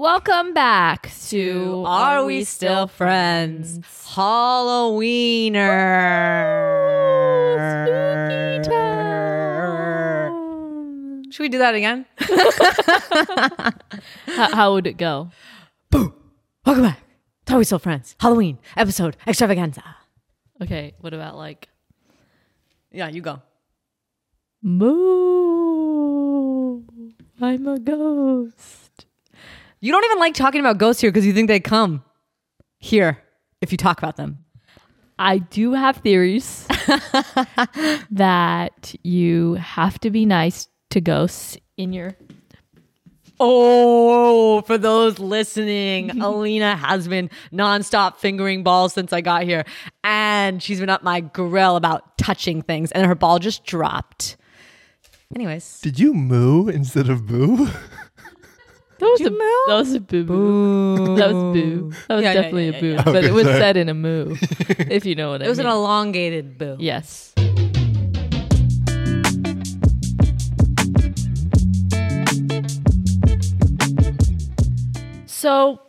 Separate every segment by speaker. Speaker 1: Welcome back
Speaker 2: to
Speaker 1: to
Speaker 2: Are We Still Friends? Halloweener.
Speaker 1: Friends?
Speaker 2: Should we do that again?
Speaker 1: How, how would it go?
Speaker 2: Welcome back. Are we still friends? Halloween episode extravaganza.
Speaker 1: Okay, what about like
Speaker 2: Yeah, you go.
Speaker 1: moo? I'm a ghost.
Speaker 2: You don't even like talking about ghosts here because you think they come here if you talk about them.
Speaker 1: I do have theories that you have to be nice to ghosts in your
Speaker 2: Oh, for those listening, Alina has been nonstop fingering balls since I got here. And she's been up my grill about touching things, and her ball just dropped. Anyways,
Speaker 3: Did you moo instead of boo?
Speaker 1: That was a that was a boo boo. That was boo. That was
Speaker 2: Yeah, yeah,
Speaker 1: definitely
Speaker 2: yeah,
Speaker 1: a boo, but it was said in a moo, if you know what I
Speaker 2: it was
Speaker 1: mean.
Speaker 2: an elongated boo.
Speaker 1: yes. So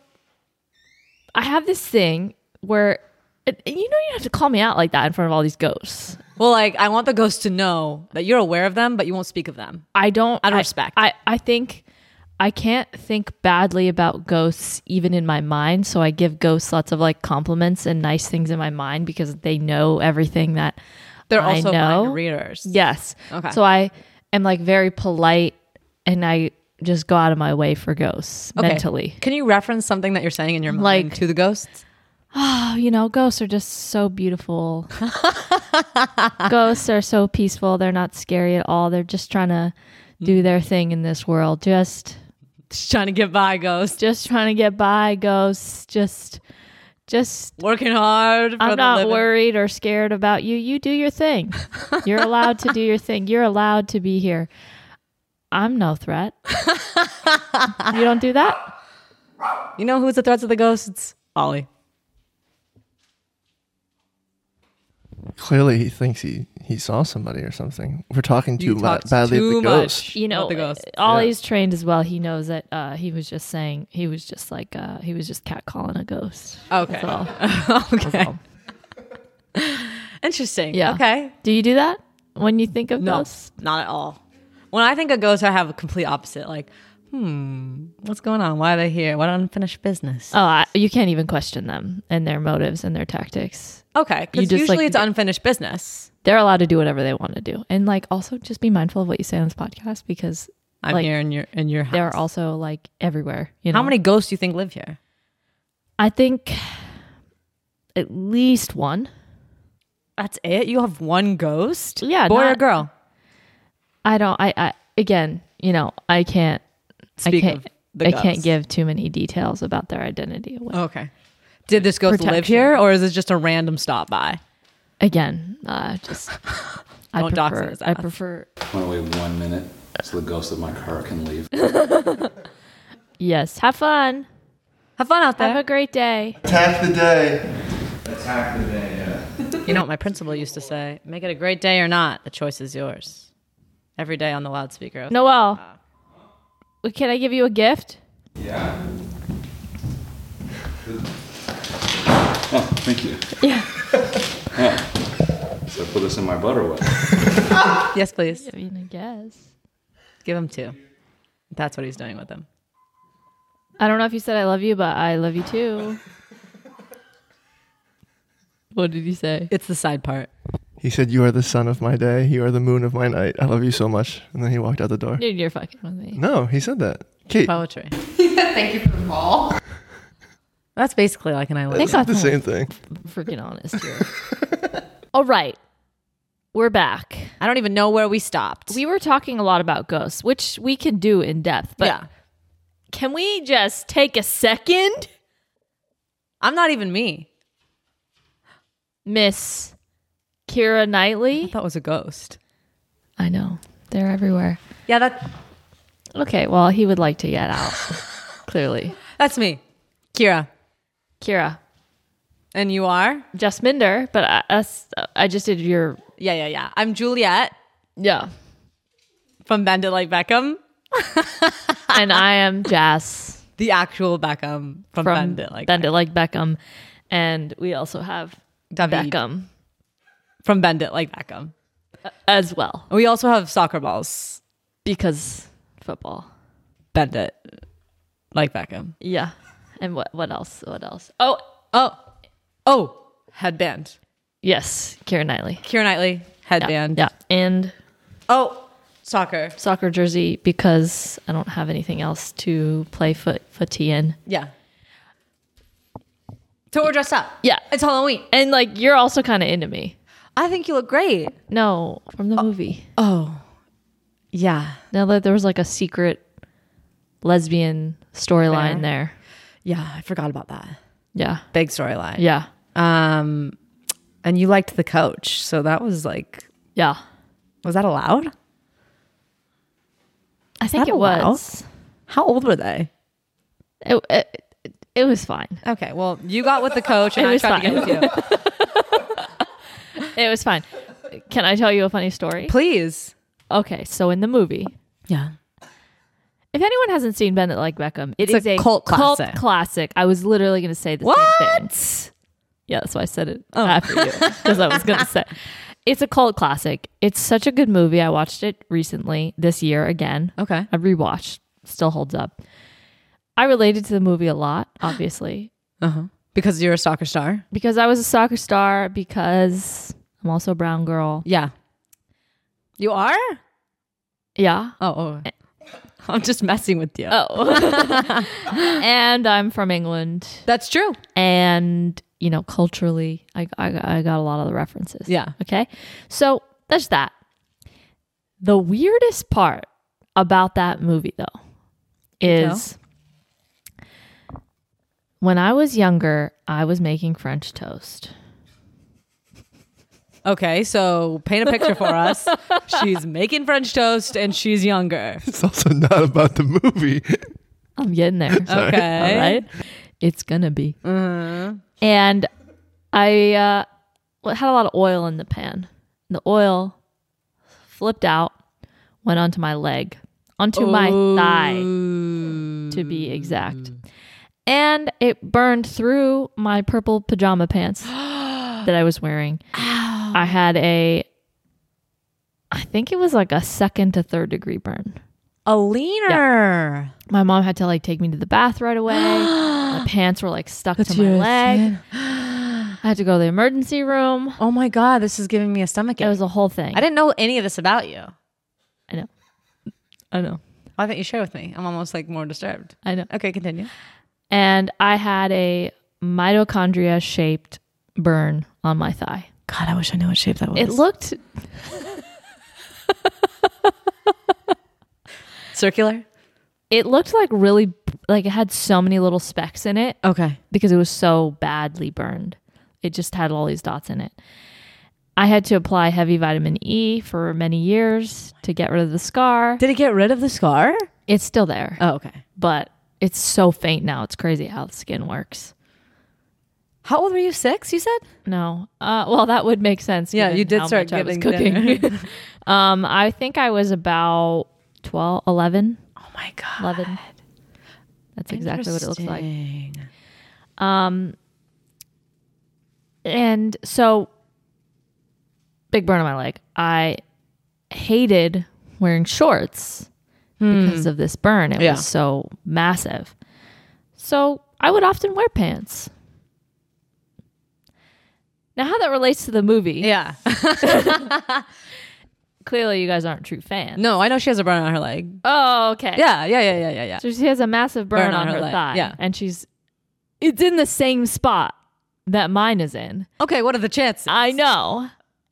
Speaker 1: I have this thing where and and you know you have to call me out like that in front of all these ghosts.
Speaker 2: Well, like I want the ghost to know that you're aware of them, but you won't speak of them.
Speaker 1: I don't.
Speaker 2: Out of respect.
Speaker 1: I, I think I can't think badly about ghosts even in my mind. So I give ghosts lots of like compliments and nice things in my mind because they know everything that
Speaker 2: They're
Speaker 1: I
Speaker 2: also
Speaker 1: know.
Speaker 2: mind readers.
Speaker 1: Yes.
Speaker 2: Okay.
Speaker 1: So I am like very polite and I just go out of my way for ghosts
Speaker 2: Okay.
Speaker 1: mentally.
Speaker 2: Can you reference something that you're saying in your mind
Speaker 1: Like-
Speaker 2: to the ghosts?
Speaker 1: Oh, you know, ghosts are just so beautiful. ghosts are so peaceful. They're not scary at all. They're just trying to do their thing in this world. Just
Speaker 2: Just trying to get by, ghost.
Speaker 1: just trying to get by ghosts just just
Speaker 2: Working hard. For
Speaker 1: i'm
Speaker 2: the
Speaker 1: not
Speaker 2: living.
Speaker 1: worried or scared about you you do your thing you're allowed to do your thing you're allowed to be here i'm no threat you don't do that
Speaker 2: You know who's the threat to the ghosts? Ollie.
Speaker 3: Clearly, he thinks he, he saw somebody or something. We're talking
Speaker 2: You
Speaker 3: too ma-
Speaker 2: talked
Speaker 3: badly of
Speaker 2: too
Speaker 3: the
Speaker 2: much.
Speaker 3: ghost.
Speaker 1: you know uh,
Speaker 2: Not the ghost.
Speaker 1: ollie's trained as well he knows that uh, he was just saying he was just like uh, he was just catcalling a ghost
Speaker 2: Okay.
Speaker 1: That's all.
Speaker 2: okay.
Speaker 1: all.
Speaker 2: Interesting.
Speaker 1: Yeah.
Speaker 2: Okay.
Speaker 1: do you do that when you think of
Speaker 2: No,
Speaker 1: ghosts
Speaker 2: not at all. When I think of ghosts, I have a complete opposite. Like, hmm, what's going on? Why are they here? What unfinished business?
Speaker 1: oh I, you can't even question them and their motives and their tactics
Speaker 2: Uh, Okay.
Speaker 1: You
Speaker 2: Because
Speaker 1: just,
Speaker 2: usually
Speaker 1: like,
Speaker 2: it's unfinished business.
Speaker 1: they're allowed to do whatever they want to do and like also just be mindful of what you say on this podcast because
Speaker 2: I'm
Speaker 1: Like,
Speaker 2: here in your in your house.
Speaker 1: they're also like everywhere you know
Speaker 2: How many ghosts do you think live here?
Speaker 1: i think at least one
Speaker 2: That's it. You have one ghost.
Speaker 1: Yeah,
Speaker 2: boy or
Speaker 1: not-
Speaker 2: girl.
Speaker 1: i don't i, I again you know i can't i
Speaker 2: Speak
Speaker 1: can't
Speaker 2: of the
Speaker 1: i can't
Speaker 2: ghost.
Speaker 1: give too many details about their identity away.
Speaker 2: Okay. Did this ghost live
Speaker 1: Protection.
Speaker 2: here, or is it just a random stop by?
Speaker 1: again uh just i
Speaker 2: Don't dox
Speaker 1: prefer
Speaker 2: his
Speaker 1: i
Speaker 2: ass.
Speaker 1: prefer
Speaker 4: Went away one minute so the ghost of my car can leave.
Speaker 1: yes have fun
Speaker 2: Have fun out
Speaker 1: have
Speaker 2: there.
Speaker 1: a great day
Speaker 3: Attack the day.
Speaker 5: Attack the day, yeah.
Speaker 2: you know what my principal used to say: "Make it a great day or not. The choice is yours." Every day on the loudspeaker.
Speaker 1: noel can i give you a gift
Speaker 5: Yeah?
Speaker 4: Oh, thank you.
Speaker 1: Yeah.
Speaker 4: Oh. So I put this in my butt or what?
Speaker 2: Yes, please.
Speaker 1: i mean i guess
Speaker 2: Give him two. That's what he's doing with them.
Speaker 1: I don't know if you said I love you, but I love you too. what did you say?
Speaker 2: It's the side part.
Speaker 3: He said, You are the sun of my day. You are the moon of my night. I love you so much. And then he walked out the door.
Speaker 1: Dude, you're fucking with me.
Speaker 3: No, he said that. Kate,
Speaker 2: Poetry.
Speaker 6: Thank you for the ball.
Speaker 2: That's basically like an I love
Speaker 1: Thank
Speaker 2: you.
Speaker 1: God
Speaker 3: the
Speaker 1: someone
Speaker 3: same thing.
Speaker 1: freaking honest here. All right. We're back.
Speaker 2: I don't even know where we stopped.
Speaker 1: We were talking a lot about ghosts, which we can do in depth, but
Speaker 2: yeah.
Speaker 1: can we just take a second?
Speaker 2: I'm not even me.
Speaker 1: Miss Kira Knightley?
Speaker 2: That was a ghost.
Speaker 1: I know. They're everywhere.
Speaker 2: Yeah, that
Speaker 1: Okay, well, he would like to get out. Clearly.
Speaker 2: that's me, Kira.
Speaker 1: Kira.
Speaker 2: And you are?
Speaker 1: Jasminder, but I, us, I just did your.
Speaker 2: Yeah, yeah, yeah. I'm Juliet
Speaker 1: Yeah.
Speaker 2: from Bandit Like Beckham.
Speaker 1: and I am Jazz
Speaker 2: the actual Beckham
Speaker 1: from
Speaker 2: from, Bend It Like
Speaker 1: Bend It Like Beckham, and we also have
Speaker 2: David.
Speaker 1: Beckham
Speaker 2: from Bend It Like Beckham.
Speaker 1: as well
Speaker 2: We also have soccer balls.
Speaker 1: because football.
Speaker 2: Bend It Like Beckham.
Speaker 1: Yeah, and what what else? What else? Oh
Speaker 2: Oh, oh, headband.
Speaker 1: yes, Kieran Knightley.
Speaker 2: Keira Knightley
Speaker 1: Yeah,
Speaker 2: headband.
Speaker 1: yeah, and
Speaker 2: Oh, soccer.
Speaker 1: soccer jersey because I don't have anything else to play foot footy in.
Speaker 2: Yeah. So we're dressed up.
Speaker 1: Yeah.
Speaker 2: It's Halloween.
Speaker 1: And like you're also kind of into me.
Speaker 2: I think you look great.
Speaker 1: No, from the movie.
Speaker 2: Oh, yeah.
Speaker 1: Now that there was like a secret lesbian storyline there.
Speaker 2: Yeah, I forgot about that.
Speaker 1: Yeah.
Speaker 2: Big storyline.
Speaker 1: Yeah.
Speaker 2: Um, and you liked the coach, so that was like,
Speaker 1: Yeah.
Speaker 2: was that allowed?
Speaker 1: I think
Speaker 2: that
Speaker 1: it
Speaker 2: allowed?
Speaker 1: was.
Speaker 2: How old were they?
Speaker 1: It, it, it was fine.
Speaker 2: Okay, well, you got with the coach, and
Speaker 1: It
Speaker 2: I
Speaker 1: was
Speaker 2: tried to get with you.
Speaker 1: It was fine. Can I tell you a funny story?
Speaker 2: Please.
Speaker 1: Okay, so in the movie,
Speaker 2: Yeah.
Speaker 1: if anyone hasn't seen Bennett like Beckham,
Speaker 2: It's
Speaker 1: it's
Speaker 2: a
Speaker 1: a
Speaker 2: cult classic.
Speaker 1: classic. I was literally going to say the same thing.
Speaker 2: What? Oh.
Speaker 1: Yeah, that's why I said it after you because I was gonna say it's a cult classic. It's such a good movie. I watched it recently this year again.
Speaker 2: Okay.
Speaker 1: I rewatched. Still holds up. I related to the movie a lot, obviously, Uh-huh.
Speaker 2: Because you're a soccer star.
Speaker 1: because I was a soccer star. Because I'm also a brown girl.
Speaker 2: Yeah. You are?
Speaker 1: Yeah.
Speaker 2: Oh, oh. I'm just messing with you.
Speaker 1: Oh. and I'm from England,
Speaker 2: That's true.
Speaker 1: and you know, culturally, I, I I got a lot of the references.
Speaker 2: Yeah.
Speaker 1: Okay. So that's that. The weirdest part about that movie, though, is when I was younger, I was making French toast.
Speaker 2: Okay, so paint a picture for us. she's making French toast and she's younger.
Speaker 3: It's also not about the movie.
Speaker 1: I'm getting there.
Speaker 2: Okay.
Speaker 1: All right. It's going to be. And I uh, well, had a lot of oil in the pan. The oil flipped out, went onto my leg, onto my thigh, to be exact. And it burned through my purple pajama pants that I was wearing. I had a, I think it was like a second to third degree burn
Speaker 2: A leaner.
Speaker 1: my mom had to like take me to the bath right away. my pants were like stuck to my leg. I had to go to the emergency room.
Speaker 2: Oh my god, this is giving me a stomach
Speaker 1: It was a whole thing.
Speaker 2: I didn't know any of this about you.
Speaker 1: I know. I know.
Speaker 2: Why didn't you share with me? I'm almost like more disturbed.
Speaker 1: I know.
Speaker 2: Okay, continue.
Speaker 1: And I had a mitochondria shaped burn on my thigh.
Speaker 2: God, I wish I knew what shape that was.
Speaker 1: It looked
Speaker 2: circular.
Speaker 1: it looked like really like it had so many little specks in it.
Speaker 2: Okay.
Speaker 1: because it was so badly burned. It just had all these dots in it. I had to apply heavy vitamin E for many years to get rid of the scar.
Speaker 2: Did it get rid of the scar?
Speaker 1: It's still there,
Speaker 2: Oh, okay.
Speaker 1: but it's so faint now. It's crazy how the skin works.
Speaker 2: How old were you? Six, you said?
Speaker 1: No, uh, well, that would make sense.
Speaker 2: Yeah,
Speaker 1: given
Speaker 2: you did
Speaker 1: how
Speaker 2: start
Speaker 1: much I was
Speaker 2: getting
Speaker 1: cooking. um, I think I was about 12, 11,
Speaker 2: Oh my god.
Speaker 1: 11. That's exactly what it looks like.
Speaker 2: Interesting.
Speaker 1: Um, And so, big burn on my leg. I hated wearing shorts because of this burn. It
Speaker 2: Hmm. Yeah.
Speaker 1: was so massive. So, I would often wear pants. Now, how that relates to the movie,
Speaker 2: Yeah.
Speaker 1: clearly you guys aren't true fans.
Speaker 2: no, I know she has a burn on her leg.
Speaker 1: Oh, okay.
Speaker 2: Yeah, yeah, yeah, yeah, yeah, yeah.
Speaker 1: So, she has a massive burn, on, her,
Speaker 2: leg.
Speaker 1: thigh.
Speaker 2: Yeah.
Speaker 1: And she's, it's in the same spot that mine is in.
Speaker 2: Okay, what are the chances?
Speaker 1: I know.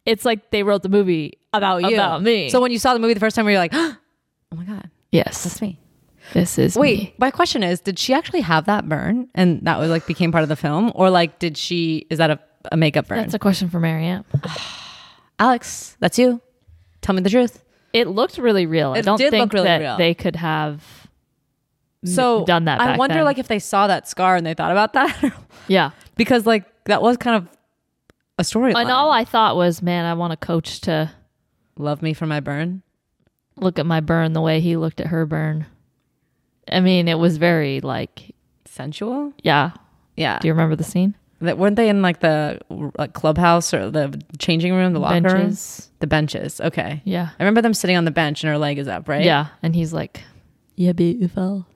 Speaker 1: It's like they wrote the movie
Speaker 2: about you.
Speaker 1: About me.
Speaker 2: So when you saw the movie the first time, were you like, oh my God,
Speaker 1: Yes.
Speaker 2: that's me?
Speaker 1: This is
Speaker 2: Wait,
Speaker 1: me.
Speaker 2: my question is, did she actually have that burn and that was like became part of the film? Or like, did she, is that a, a makeup burn?
Speaker 1: That's a question for Marianne.
Speaker 2: Alex, that's you. Tell me the truth.
Speaker 1: It looked really real. I
Speaker 2: It
Speaker 1: don't
Speaker 2: did
Speaker 1: think
Speaker 2: look really
Speaker 1: that
Speaker 2: real.
Speaker 1: they could have.
Speaker 2: Mm, So
Speaker 1: done that
Speaker 2: I
Speaker 1: back
Speaker 2: wonder
Speaker 1: then.
Speaker 2: like if they saw that scar and they thought about that
Speaker 1: Yeah.
Speaker 2: because like that was kind of a storyline.
Speaker 1: And all I thought was, man, I want a coach to
Speaker 2: Love me for my burn.
Speaker 1: look at my burn the way he looked at her burn. I mean, it was very like,
Speaker 2: Sensual?
Speaker 1: yeah.
Speaker 2: Yeah.
Speaker 1: Do you remember the scene?
Speaker 2: That weren't they in like the like clubhouse or the changing room, the locker room?
Speaker 1: Benches.
Speaker 2: The benches. Okay.
Speaker 1: Yeah.
Speaker 2: I remember them sitting on the bench and her leg is up, right?
Speaker 1: Yeah. And he's like, You're beautiful.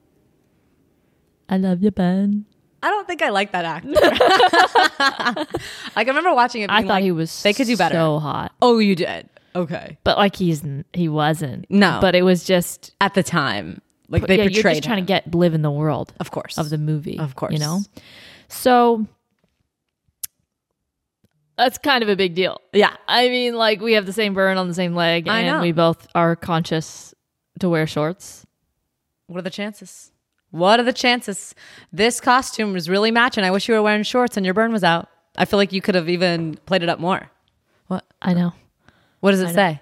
Speaker 1: I love your band.
Speaker 2: I don't think I like that actor. like I remember watching it.
Speaker 1: I
Speaker 2: being
Speaker 1: thought
Speaker 2: like,
Speaker 1: he was
Speaker 2: They could do better.
Speaker 1: so hot.
Speaker 2: oh, you did. Okay.
Speaker 1: But like he's n- he wasn't.
Speaker 2: No.
Speaker 1: But it was just
Speaker 2: At the time, like they
Speaker 1: yeah,
Speaker 2: portrayed.
Speaker 1: you're just trying
Speaker 2: him.
Speaker 1: to get live in the world
Speaker 2: of course,
Speaker 1: of the movie.
Speaker 2: Of course.
Speaker 1: You know? So that's kind of a big deal.
Speaker 2: Yeah.
Speaker 1: I mean, like we have the same burn on the same leg,
Speaker 2: I
Speaker 1: and
Speaker 2: know.
Speaker 1: we both are conscious to wear shorts.
Speaker 2: What are the chances? What are the chances? This costume was really matching. I wish you were wearing shorts and your burn was out. I feel like you could have even played it up more.
Speaker 1: I know.
Speaker 2: What does it say?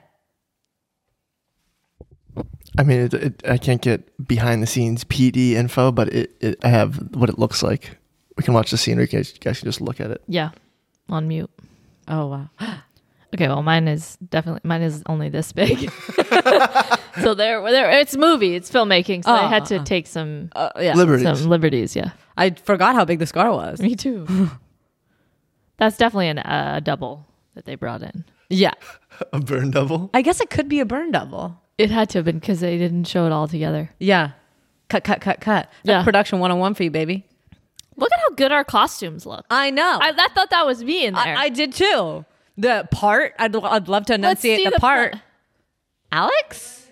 Speaker 3: I mean, it, it, I can't get behind the scenes PD info, but it, it, I have what it looks like. We can watch the scene, or you guys, you guys can just look at it.
Speaker 1: Yeah. On mute.
Speaker 2: Oh wow.
Speaker 1: Okay, well, mine is definitely mine is only this big. so there, there, it's movie, it's filmmaking. So I
Speaker 2: Ah,
Speaker 1: had to take some
Speaker 2: Uh, yeah.
Speaker 3: Liberties.
Speaker 1: some liberties. Yeah,
Speaker 2: I forgot how big the scar was.
Speaker 1: me too. That's definitely an, uh, a double that they brought in.
Speaker 2: Yeah.
Speaker 3: A burn double?
Speaker 2: I guess it could be a burn double.
Speaker 1: It had to have been because they didn't show it all together.
Speaker 2: Yeah. Cut, cut, cut, cut.
Speaker 1: Yeah.
Speaker 2: That production one on one for you, baby.
Speaker 1: Look at how good our costumes look. I,
Speaker 2: I know.
Speaker 1: I, that thought that was me in
Speaker 2: I,
Speaker 1: there.
Speaker 2: I did too. The part, I'd, I'd love to
Speaker 1: Let's
Speaker 2: enunciate
Speaker 1: see
Speaker 2: the,
Speaker 1: the
Speaker 2: part.
Speaker 1: pla-
Speaker 2: Alex?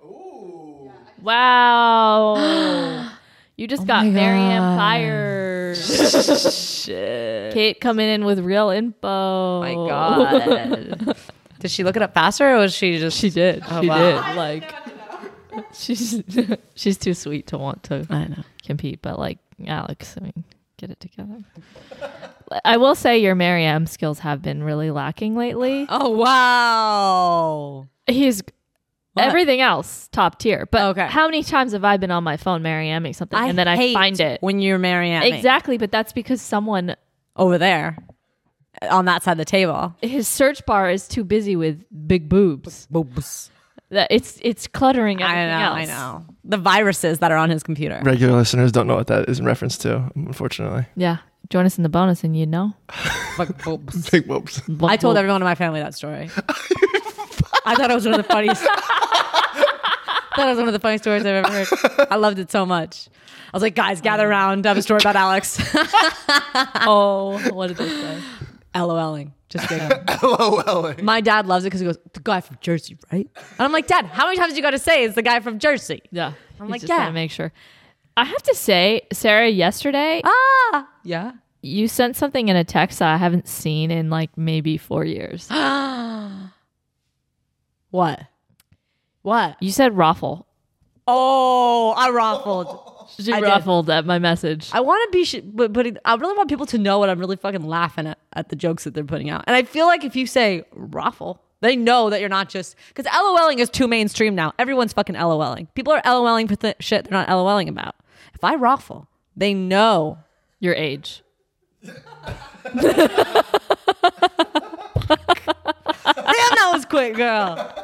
Speaker 1: wow. You just got Marianne fired. Kate coming in with real info.
Speaker 2: My God. did she look it up faster or was she just. She did. Oh,
Speaker 1: she
Speaker 2: wow.
Speaker 1: did. Like she's she's too sweet to want to
Speaker 2: I know.
Speaker 1: compete, but like Alex, I mean, get it together. I will say your Mary M skills have been really lacking lately.
Speaker 2: Oh, wow.
Speaker 1: He's everything else top tier, but
Speaker 2: Okay.
Speaker 1: how many times have I been on my phone Mary M's something and then I
Speaker 2: hate
Speaker 1: find it
Speaker 2: when you're Marianne
Speaker 1: exactly? But that's because someone
Speaker 2: over there on that side of the table.
Speaker 1: his search bar is too busy with big boobs. That it's it's cluttering
Speaker 2: I
Speaker 1: everything
Speaker 2: know.
Speaker 1: else.
Speaker 2: I know. The viruses that are on his computer.
Speaker 3: Regular listeners don't know what that is in reference to, unfortunately.
Speaker 1: Yeah, join us in the bonus and you know.
Speaker 2: Big boobs.
Speaker 3: Big whoops.
Speaker 2: I told everyone in my family that story. I thought it was one of the funniest. I thought it was one of the funniest stories I've ever heard. I loved it so much. I was like, guys, gather around. I have a story about Alex.
Speaker 1: Oh, what did they say?
Speaker 2: LOLing. Just kidding. LOLing. My dad loves it because he goes, the guy from Jersey, right? And I'm like, Dad, how many times you got to say it's the guy from Jersey?
Speaker 1: Yeah. I'm
Speaker 2: like,
Speaker 1: just trying
Speaker 2: yeah.
Speaker 1: to make sure. I have to say, Sarah, yesterday
Speaker 2: Ah, yeah.
Speaker 1: you sent something in a text that I haven't seen in like maybe four years.
Speaker 2: What? What?
Speaker 1: you said raffle.
Speaker 2: Oh, I ruffled.
Speaker 1: She
Speaker 2: I did.
Speaker 1: raffled at my message.
Speaker 2: I want to be, sh- but, but I really want people to know what I'm really fucking laughing at, at the jokes that they're putting out. And I feel like if you say raffle, they know that you're not just because LOLing is too mainstream now. Everyone's fucking LOLing. People are LOLing for th- shit they're not LOLing about. If I raffle, they know.
Speaker 1: Your age.
Speaker 2: Damn, that was quick, girl.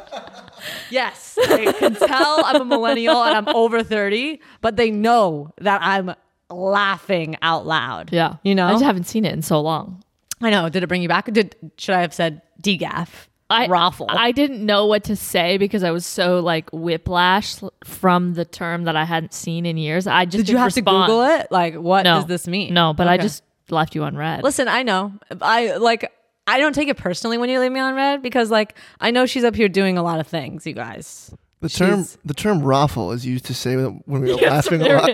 Speaker 2: Yes, they can tell I'm a millennial and I'm over 30, but they know that I'm laughing out loud.
Speaker 1: Yeah.
Speaker 2: you know.
Speaker 1: I just haven't seen it in so long.
Speaker 2: I know. Did it bring you back? Did should I have said degaff?
Speaker 1: I
Speaker 2: raffle.
Speaker 1: I didn't know what to say because I was so like whiplash from the term that I hadn't seen in years. I just
Speaker 2: Did you
Speaker 1: didn't
Speaker 2: have
Speaker 1: respond.
Speaker 2: to Google it? Like, what
Speaker 1: No.
Speaker 2: does this mean?
Speaker 1: No, but I
Speaker 2: Okay.
Speaker 1: just left you on red.
Speaker 2: listen. I know. I like. I don't take it personally when you leave me on red because, like, I know she's up here doing a lot of things, you guys.
Speaker 3: The term
Speaker 2: Jeez.
Speaker 3: the term raffle is used to say when when we were laughing a lot.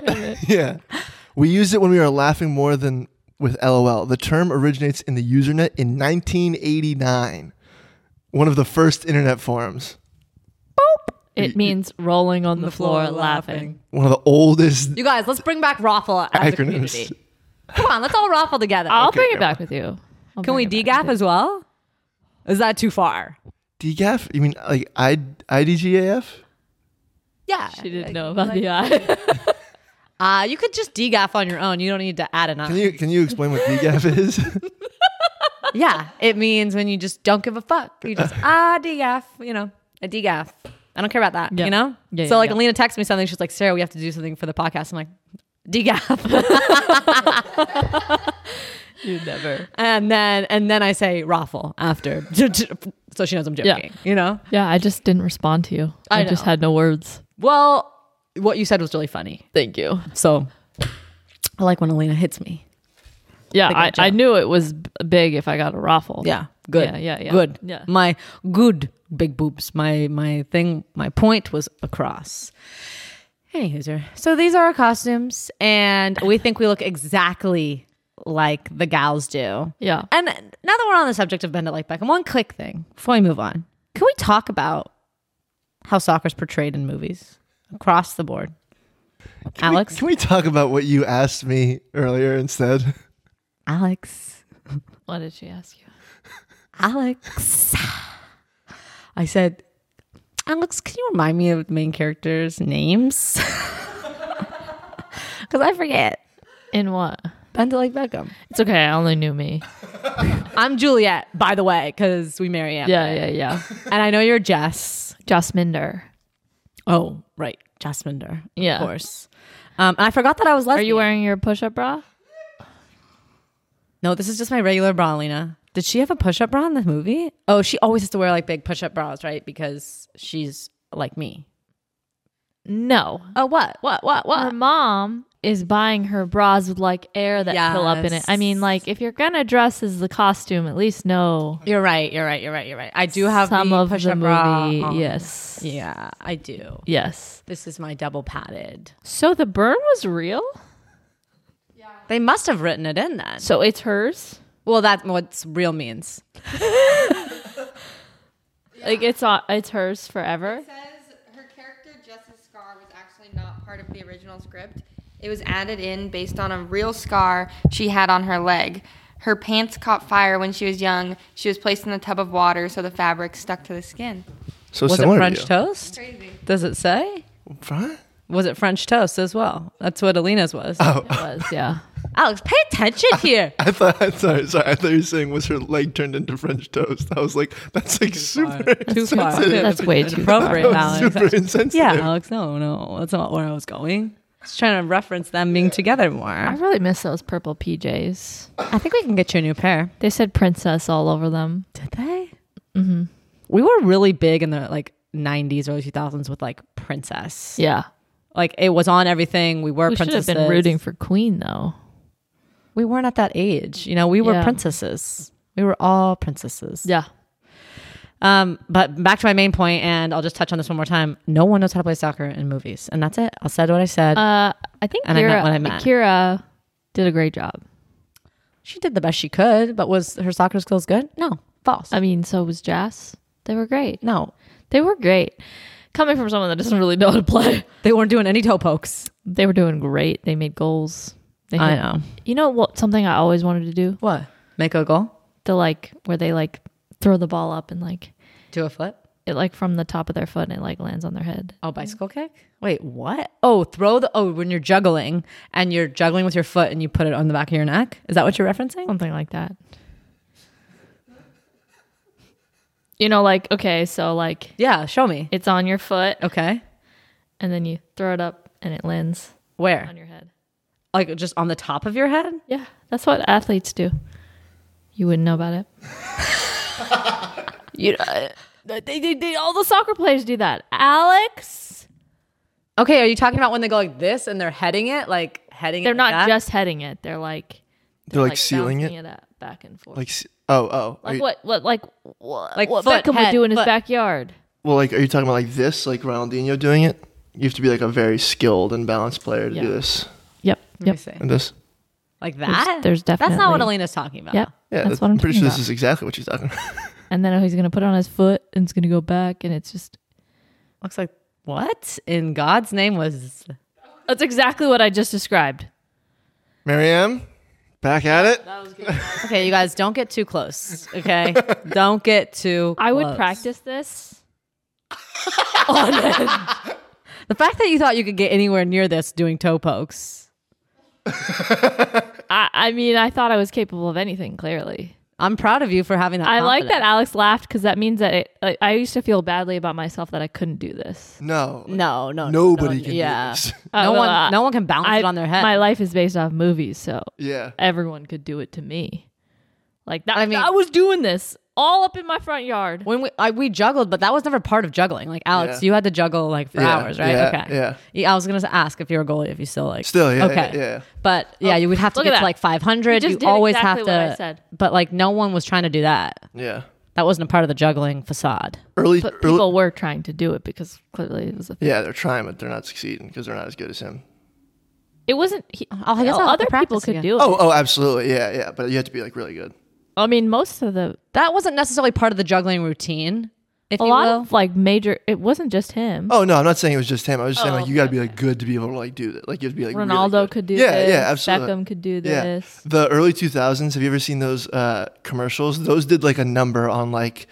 Speaker 3: yeah. We used it when we were laughing more than with LOL. The term originates in the Usenet in 1989, one of the first internet forums,
Speaker 1: it means rolling on the, floor, laughing.
Speaker 3: one of the oldest
Speaker 2: You guys, let's bring back raffle as a
Speaker 3: acronyms.
Speaker 2: community. Come on, let's all raffle together.
Speaker 1: I'll bring it
Speaker 3: grandma.
Speaker 1: back with you. I'll
Speaker 2: Can we
Speaker 1: bring it back
Speaker 2: degaff
Speaker 1: with
Speaker 2: as well? Is that too far?
Speaker 3: DGAF? You mean like I, IDGAF?
Speaker 2: Yeah.
Speaker 1: you. She didn't know about the eye.
Speaker 2: Uh, you could just degaff on your own. You don't need to add an
Speaker 3: Can
Speaker 2: I.
Speaker 3: you can you explain what DGAF is?
Speaker 2: yeah, it means when you just don't give a fuck. You just ah degaff. You know, a degaff. I don't care about that.
Speaker 1: Yeah.
Speaker 2: You know?
Speaker 1: Yeah,
Speaker 2: so
Speaker 1: yeah,
Speaker 2: like
Speaker 1: yeah.
Speaker 2: Alina texts me something. She's like, Sarah, we have to do something for the podcast. I'm like, DGAP.
Speaker 1: You never.
Speaker 2: and then and then I say raffle after. so she knows I'm joking. You know?
Speaker 1: Yeah, I just didn't respond to you. I,
Speaker 2: I
Speaker 1: just
Speaker 2: know.
Speaker 1: had no words.
Speaker 2: Well, what you said was really funny.
Speaker 1: Thank you.
Speaker 2: So I like when Alina hits me.
Speaker 1: Yeah,
Speaker 2: Like a
Speaker 1: I, I
Speaker 2: joke.
Speaker 1: knew it was b- big if I got a raffle.
Speaker 2: Yeah. Good.
Speaker 1: Yeah, yeah, yeah.
Speaker 2: Good.
Speaker 1: Yeah.
Speaker 2: My good big boobs. My my thing my point was across. Any hooser. So these are our costumes and we think we look exactly like the gals do.
Speaker 1: Yeah.
Speaker 2: And now that we're on the subject of Bend It Like Beckham, one quick thing before we move on. Can we talk about how soccer's portrayed in movies across the board? Alex?
Speaker 3: Can we talk about what you asked me earlier instead?
Speaker 2: Alex.
Speaker 1: What did she ask you?
Speaker 2: Alex. I said, Alex, can you remind me of the main characters' names? Because I forget.
Speaker 1: In what?
Speaker 2: Bend It Like Beckham.
Speaker 1: It's okay. I only knew me.
Speaker 2: I'm Juliet, by the way, because we marry Anne.
Speaker 1: Yeah, yeah, yeah.
Speaker 2: And I know you're Jess.
Speaker 1: Jasminder.
Speaker 2: Oh, right. Jasminder.
Speaker 1: Yeah.
Speaker 2: Of course. Um, and I forgot that I was
Speaker 1: Are
Speaker 2: lesbian.
Speaker 1: you wearing your push-up bra?
Speaker 2: No, this is just my regular bra, Lena. Did she have a push up bra in the movie? Oh, she always has to wear like big push up bras, right? Because she's like me.
Speaker 1: No.
Speaker 2: Oh, what? What? What?
Speaker 1: Her mom is buying her bras with like air that fill up in it. I mean,
Speaker 2: Yes.
Speaker 1: like if you're gonna dress as the costume, at least know
Speaker 2: You're right. You're right. You're right. You're right. I do have
Speaker 1: some
Speaker 2: the
Speaker 1: of
Speaker 2: push
Speaker 1: the
Speaker 2: up bra.
Speaker 1: movie.
Speaker 2: on.
Speaker 1: Yes.
Speaker 2: Yeah, I do.
Speaker 1: Yes.
Speaker 2: This is my double padded.
Speaker 1: So the burn was real.
Speaker 2: They must have written it in then.
Speaker 1: So it's hers.
Speaker 2: Well, that's what real means.
Speaker 1: Like it's on. It's hers forever.
Speaker 6: says her character Jess's scar was actually not part of the original script. It was added in based on a real scar she had on her leg. Her pants caught fire when she was young. She was placed in a tub of water so the fabric stuck to the skin.
Speaker 3: So
Speaker 2: Was it
Speaker 3: similar
Speaker 2: French
Speaker 3: to
Speaker 2: toast?
Speaker 6: Crazy.
Speaker 2: Does it say?
Speaker 3: you. French?
Speaker 2: Was it French toast as well? That's what Alina's was.
Speaker 1: It was. Yeah.
Speaker 2: Alex, pay attention here.
Speaker 3: I thought. I'm sorry, sorry. I thought you were saying was her leg turned into French toast. I was like, that's like super.
Speaker 2: Too far.
Speaker 1: That's way too far.
Speaker 2: Appropriate, Alex.
Speaker 3: Super insensitive.
Speaker 2: Yeah, Alex. No, no, that's not where I was going. Just trying to reference them being together
Speaker 1: I
Speaker 2: more.
Speaker 1: really miss those purple PJs.
Speaker 2: I think we can get you a new pair.
Speaker 1: They said princess all over them.
Speaker 2: Did they? Mm-hmm. We were really big in the like '90s, early 2000s with like princess.
Speaker 1: Yeah.
Speaker 2: Like it was on everything. We were
Speaker 1: We should have
Speaker 2: princesses.
Speaker 1: been rooting for Queen though.
Speaker 2: We weren't at that age. You know, we were
Speaker 1: Yeah.
Speaker 2: princesses. We were all princesses.
Speaker 1: Yeah.
Speaker 2: Um, but back to my main point, and I'll just touch on this one more time. No one knows how to play soccer in movies, and that's it. I said what I said.
Speaker 1: Uh, I think
Speaker 2: And I
Speaker 1: Kira,
Speaker 2: meant what I meant.
Speaker 1: Kira did a great job.
Speaker 2: she did the best she could, but was her soccer skills good? No, false.
Speaker 1: I mean, so was Jess. They were great.
Speaker 2: no,
Speaker 1: They were great. Coming from someone that doesn't really know how to play,
Speaker 2: they weren't doing any toe pokes.
Speaker 1: they were doing great. They made goals. They
Speaker 2: I
Speaker 1: hit-
Speaker 2: know.
Speaker 1: You know what? Something I always wanted to do.
Speaker 2: What? Make a goal?
Speaker 1: The like where they like throw the ball up and like
Speaker 2: Do a flip?
Speaker 1: it like from the top of their foot and it like lands on their head.
Speaker 2: Oh, bicycle kick? Wait, what? Oh, throw the oh when you're juggling and you're juggling with your foot and you put it on the back of your neck. Is that what you're referencing?
Speaker 1: something like that. You know, like okay, so like
Speaker 2: Yeah, show me.
Speaker 1: it's on your foot,
Speaker 2: Okay,
Speaker 1: and then you throw it up, and it lands
Speaker 2: where?
Speaker 1: on your head.
Speaker 2: Like just on the top of your head?
Speaker 1: Yeah, that's what athletes do. You wouldn't know about it. you, uh, they, they, they, all the soccer players do that. Alex,
Speaker 2: Okay, are you talking about when they go like this and they're heading it like heading?
Speaker 1: they're
Speaker 2: it
Speaker 1: not
Speaker 2: like that?
Speaker 1: just heading it; they're like
Speaker 3: They're like, sealing
Speaker 1: bouncing
Speaker 3: it.
Speaker 1: up back and forth.
Speaker 3: Like se- oh oh. Are
Speaker 1: like
Speaker 3: you-
Speaker 1: what, what, like what,
Speaker 2: Like
Speaker 1: what
Speaker 2: foot,
Speaker 1: Beckham
Speaker 2: head,
Speaker 1: would do in his
Speaker 2: foot.
Speaker 1: backyard.
Speaker 3: Well, like are you talking about like this? Like Ronaldinho doing it? You have to be like a very skilled and balanced player to
Speaker 1: Yeah.
Speaker 3: do this
Speaker 1: Yep,
Speaker 2: Let me
Speaker 1: yep.
Speaker 2: see.
Speaker 3: and this.
Speaker 2: like that.
Speaker 1: there's
Speaker 2: that's not what
Speaker 1: definitely-
Speaker 2: Alina's talking about.
Speaker 1: Yep.
Speaker 3: Yeah,
Speaker 1: that's what I'm
Speaker 3: pretty
Speaker 1: talking
Speaker 3: sure
Speaker 1: about.
Speaker 3: this is exactly what she's talking about.
Speaker 1: and then he's gonna put it on his foot and it's gonna go back and it's just
Speaker 2: Looks like what in God's name was
Speaker 1: that's exactly what i just described
Speaker 3: Mariam, back at it.
Speaker 2: Okay, you guys, don't get too close. Okay, don't get too.
Speaker 1: i would
Speaker 2: close.
Speaker 1: practice this
Speaker 2: The fact that you thought you could get anywhere near this doing toe pokes.
Speaker 1: I, I mean i thought i was capable of anything clearly
Speaker 2: I'm proud of you for having that.
Speaker 1: I like that
Speaker 2: confidence.
Speaker 1: Alex laughed because that means that it, like, I used to feel badly about myself that I couldn't do this.
Speaker 3: No.
Speaker 2: No, no, no,
Speaker 3: Nobody
Speaker 2: no,
Speaker 3: can
Speaker 2: Yeah,
Speaker 3: do this.
Speaker 2: no
Speaker 1: Although,
Speaker 2: one,
Speaker 1: uh,
Speaker 2: no one can bounce
Speaker 1: I-
Speaker 2: it on their head.
Speaker 1: My life is based off movies, so
Speaker 3: yeah.
Speaker 1: everyone could do it to me. Like that.
Speaker 2: I
Speaker 1: I
Speaker 2: mean-
Speaker 1: mean, I was doing this all up in my front yard.
Speaker 2: when we I, we juggled, but that was never part of juggling. Like Alex,
Speaker 3: Yeah.
Speaker 2: you had to juggle like for
Speaker 3: Yeah,
Speaker 2: hours, right?
Speaker 3: yeah,
Speaker 2: okay.
Speaker 3: yeah.
Speaker 2: I was gonna ask if you're a goalie, if you still like
Speaker 3: Still, yeah,
Speaker 2: okay,
Speaker 3: yeah, yeah.
Speaker 2: But yeah, you would have to
Speaker 1: Oh, look
Speaker 2: get
Speaker 1: at
Speaker 2: to
Speaker 1: that.
Speaker 2: like 500.
Speaker 1: You
Speaker 2: You,
Speaker 1: just did
Speaker 2: always
Speaker 1: exactly
Speaker 2: have to.
Speaker 1: what I said.
Speaker 2: But like no one was trying to do that.
Speaker 3: Yeah.
Speaker 2: That wasn't a part of the juggling facade.
Speaker 3: Early,
Speaker 1: But
Speaker 3: early
Speaker 1: people were trying to do it because clearly it was a.
Speaker 3: Yeah, they're trying, but they're not succeeding because they're not as good as him.
Speaker 1: It wasn't. He,
Speaker 2: I guess I'll have to
Speaker 1: other people
Speaker 2: practice
Speaker 1: could
Speaker 2: again.
Speaker 1: do it.
Speaker 3: Oh, oh, absolutely. Yeah, yeah. But you have to be like really good.
Speaker 1: I mean, most of the
Speaker 2: That wasn't necessarily part of the juggling routine. If
Speaker 1: a
Speaker 2: you
Speaker 1: lot
Speaker 2: will.
Speaker 1: of like major. It wasn't just him.
Speaker 3: Oh no, I'm not saying it was just him. I was just saying
Speaker 1: Oh,
Speaker 3: like you got to be like good to be able to like do that. Like you have to be like really
Speaker 1: Ronaldo
Speaker 3: good.
Speaker 1: could do
Speaker 3: Yeah,
Speaker 1: this.
Speaker 3: yeah, absolutely.
Speaker 1: Beckham could do
Speaker 3: Yeah.
Speaker 1: this.
Speaker 3: The early 2000s, have you ever seen those uh, commercials? Those did like a number on like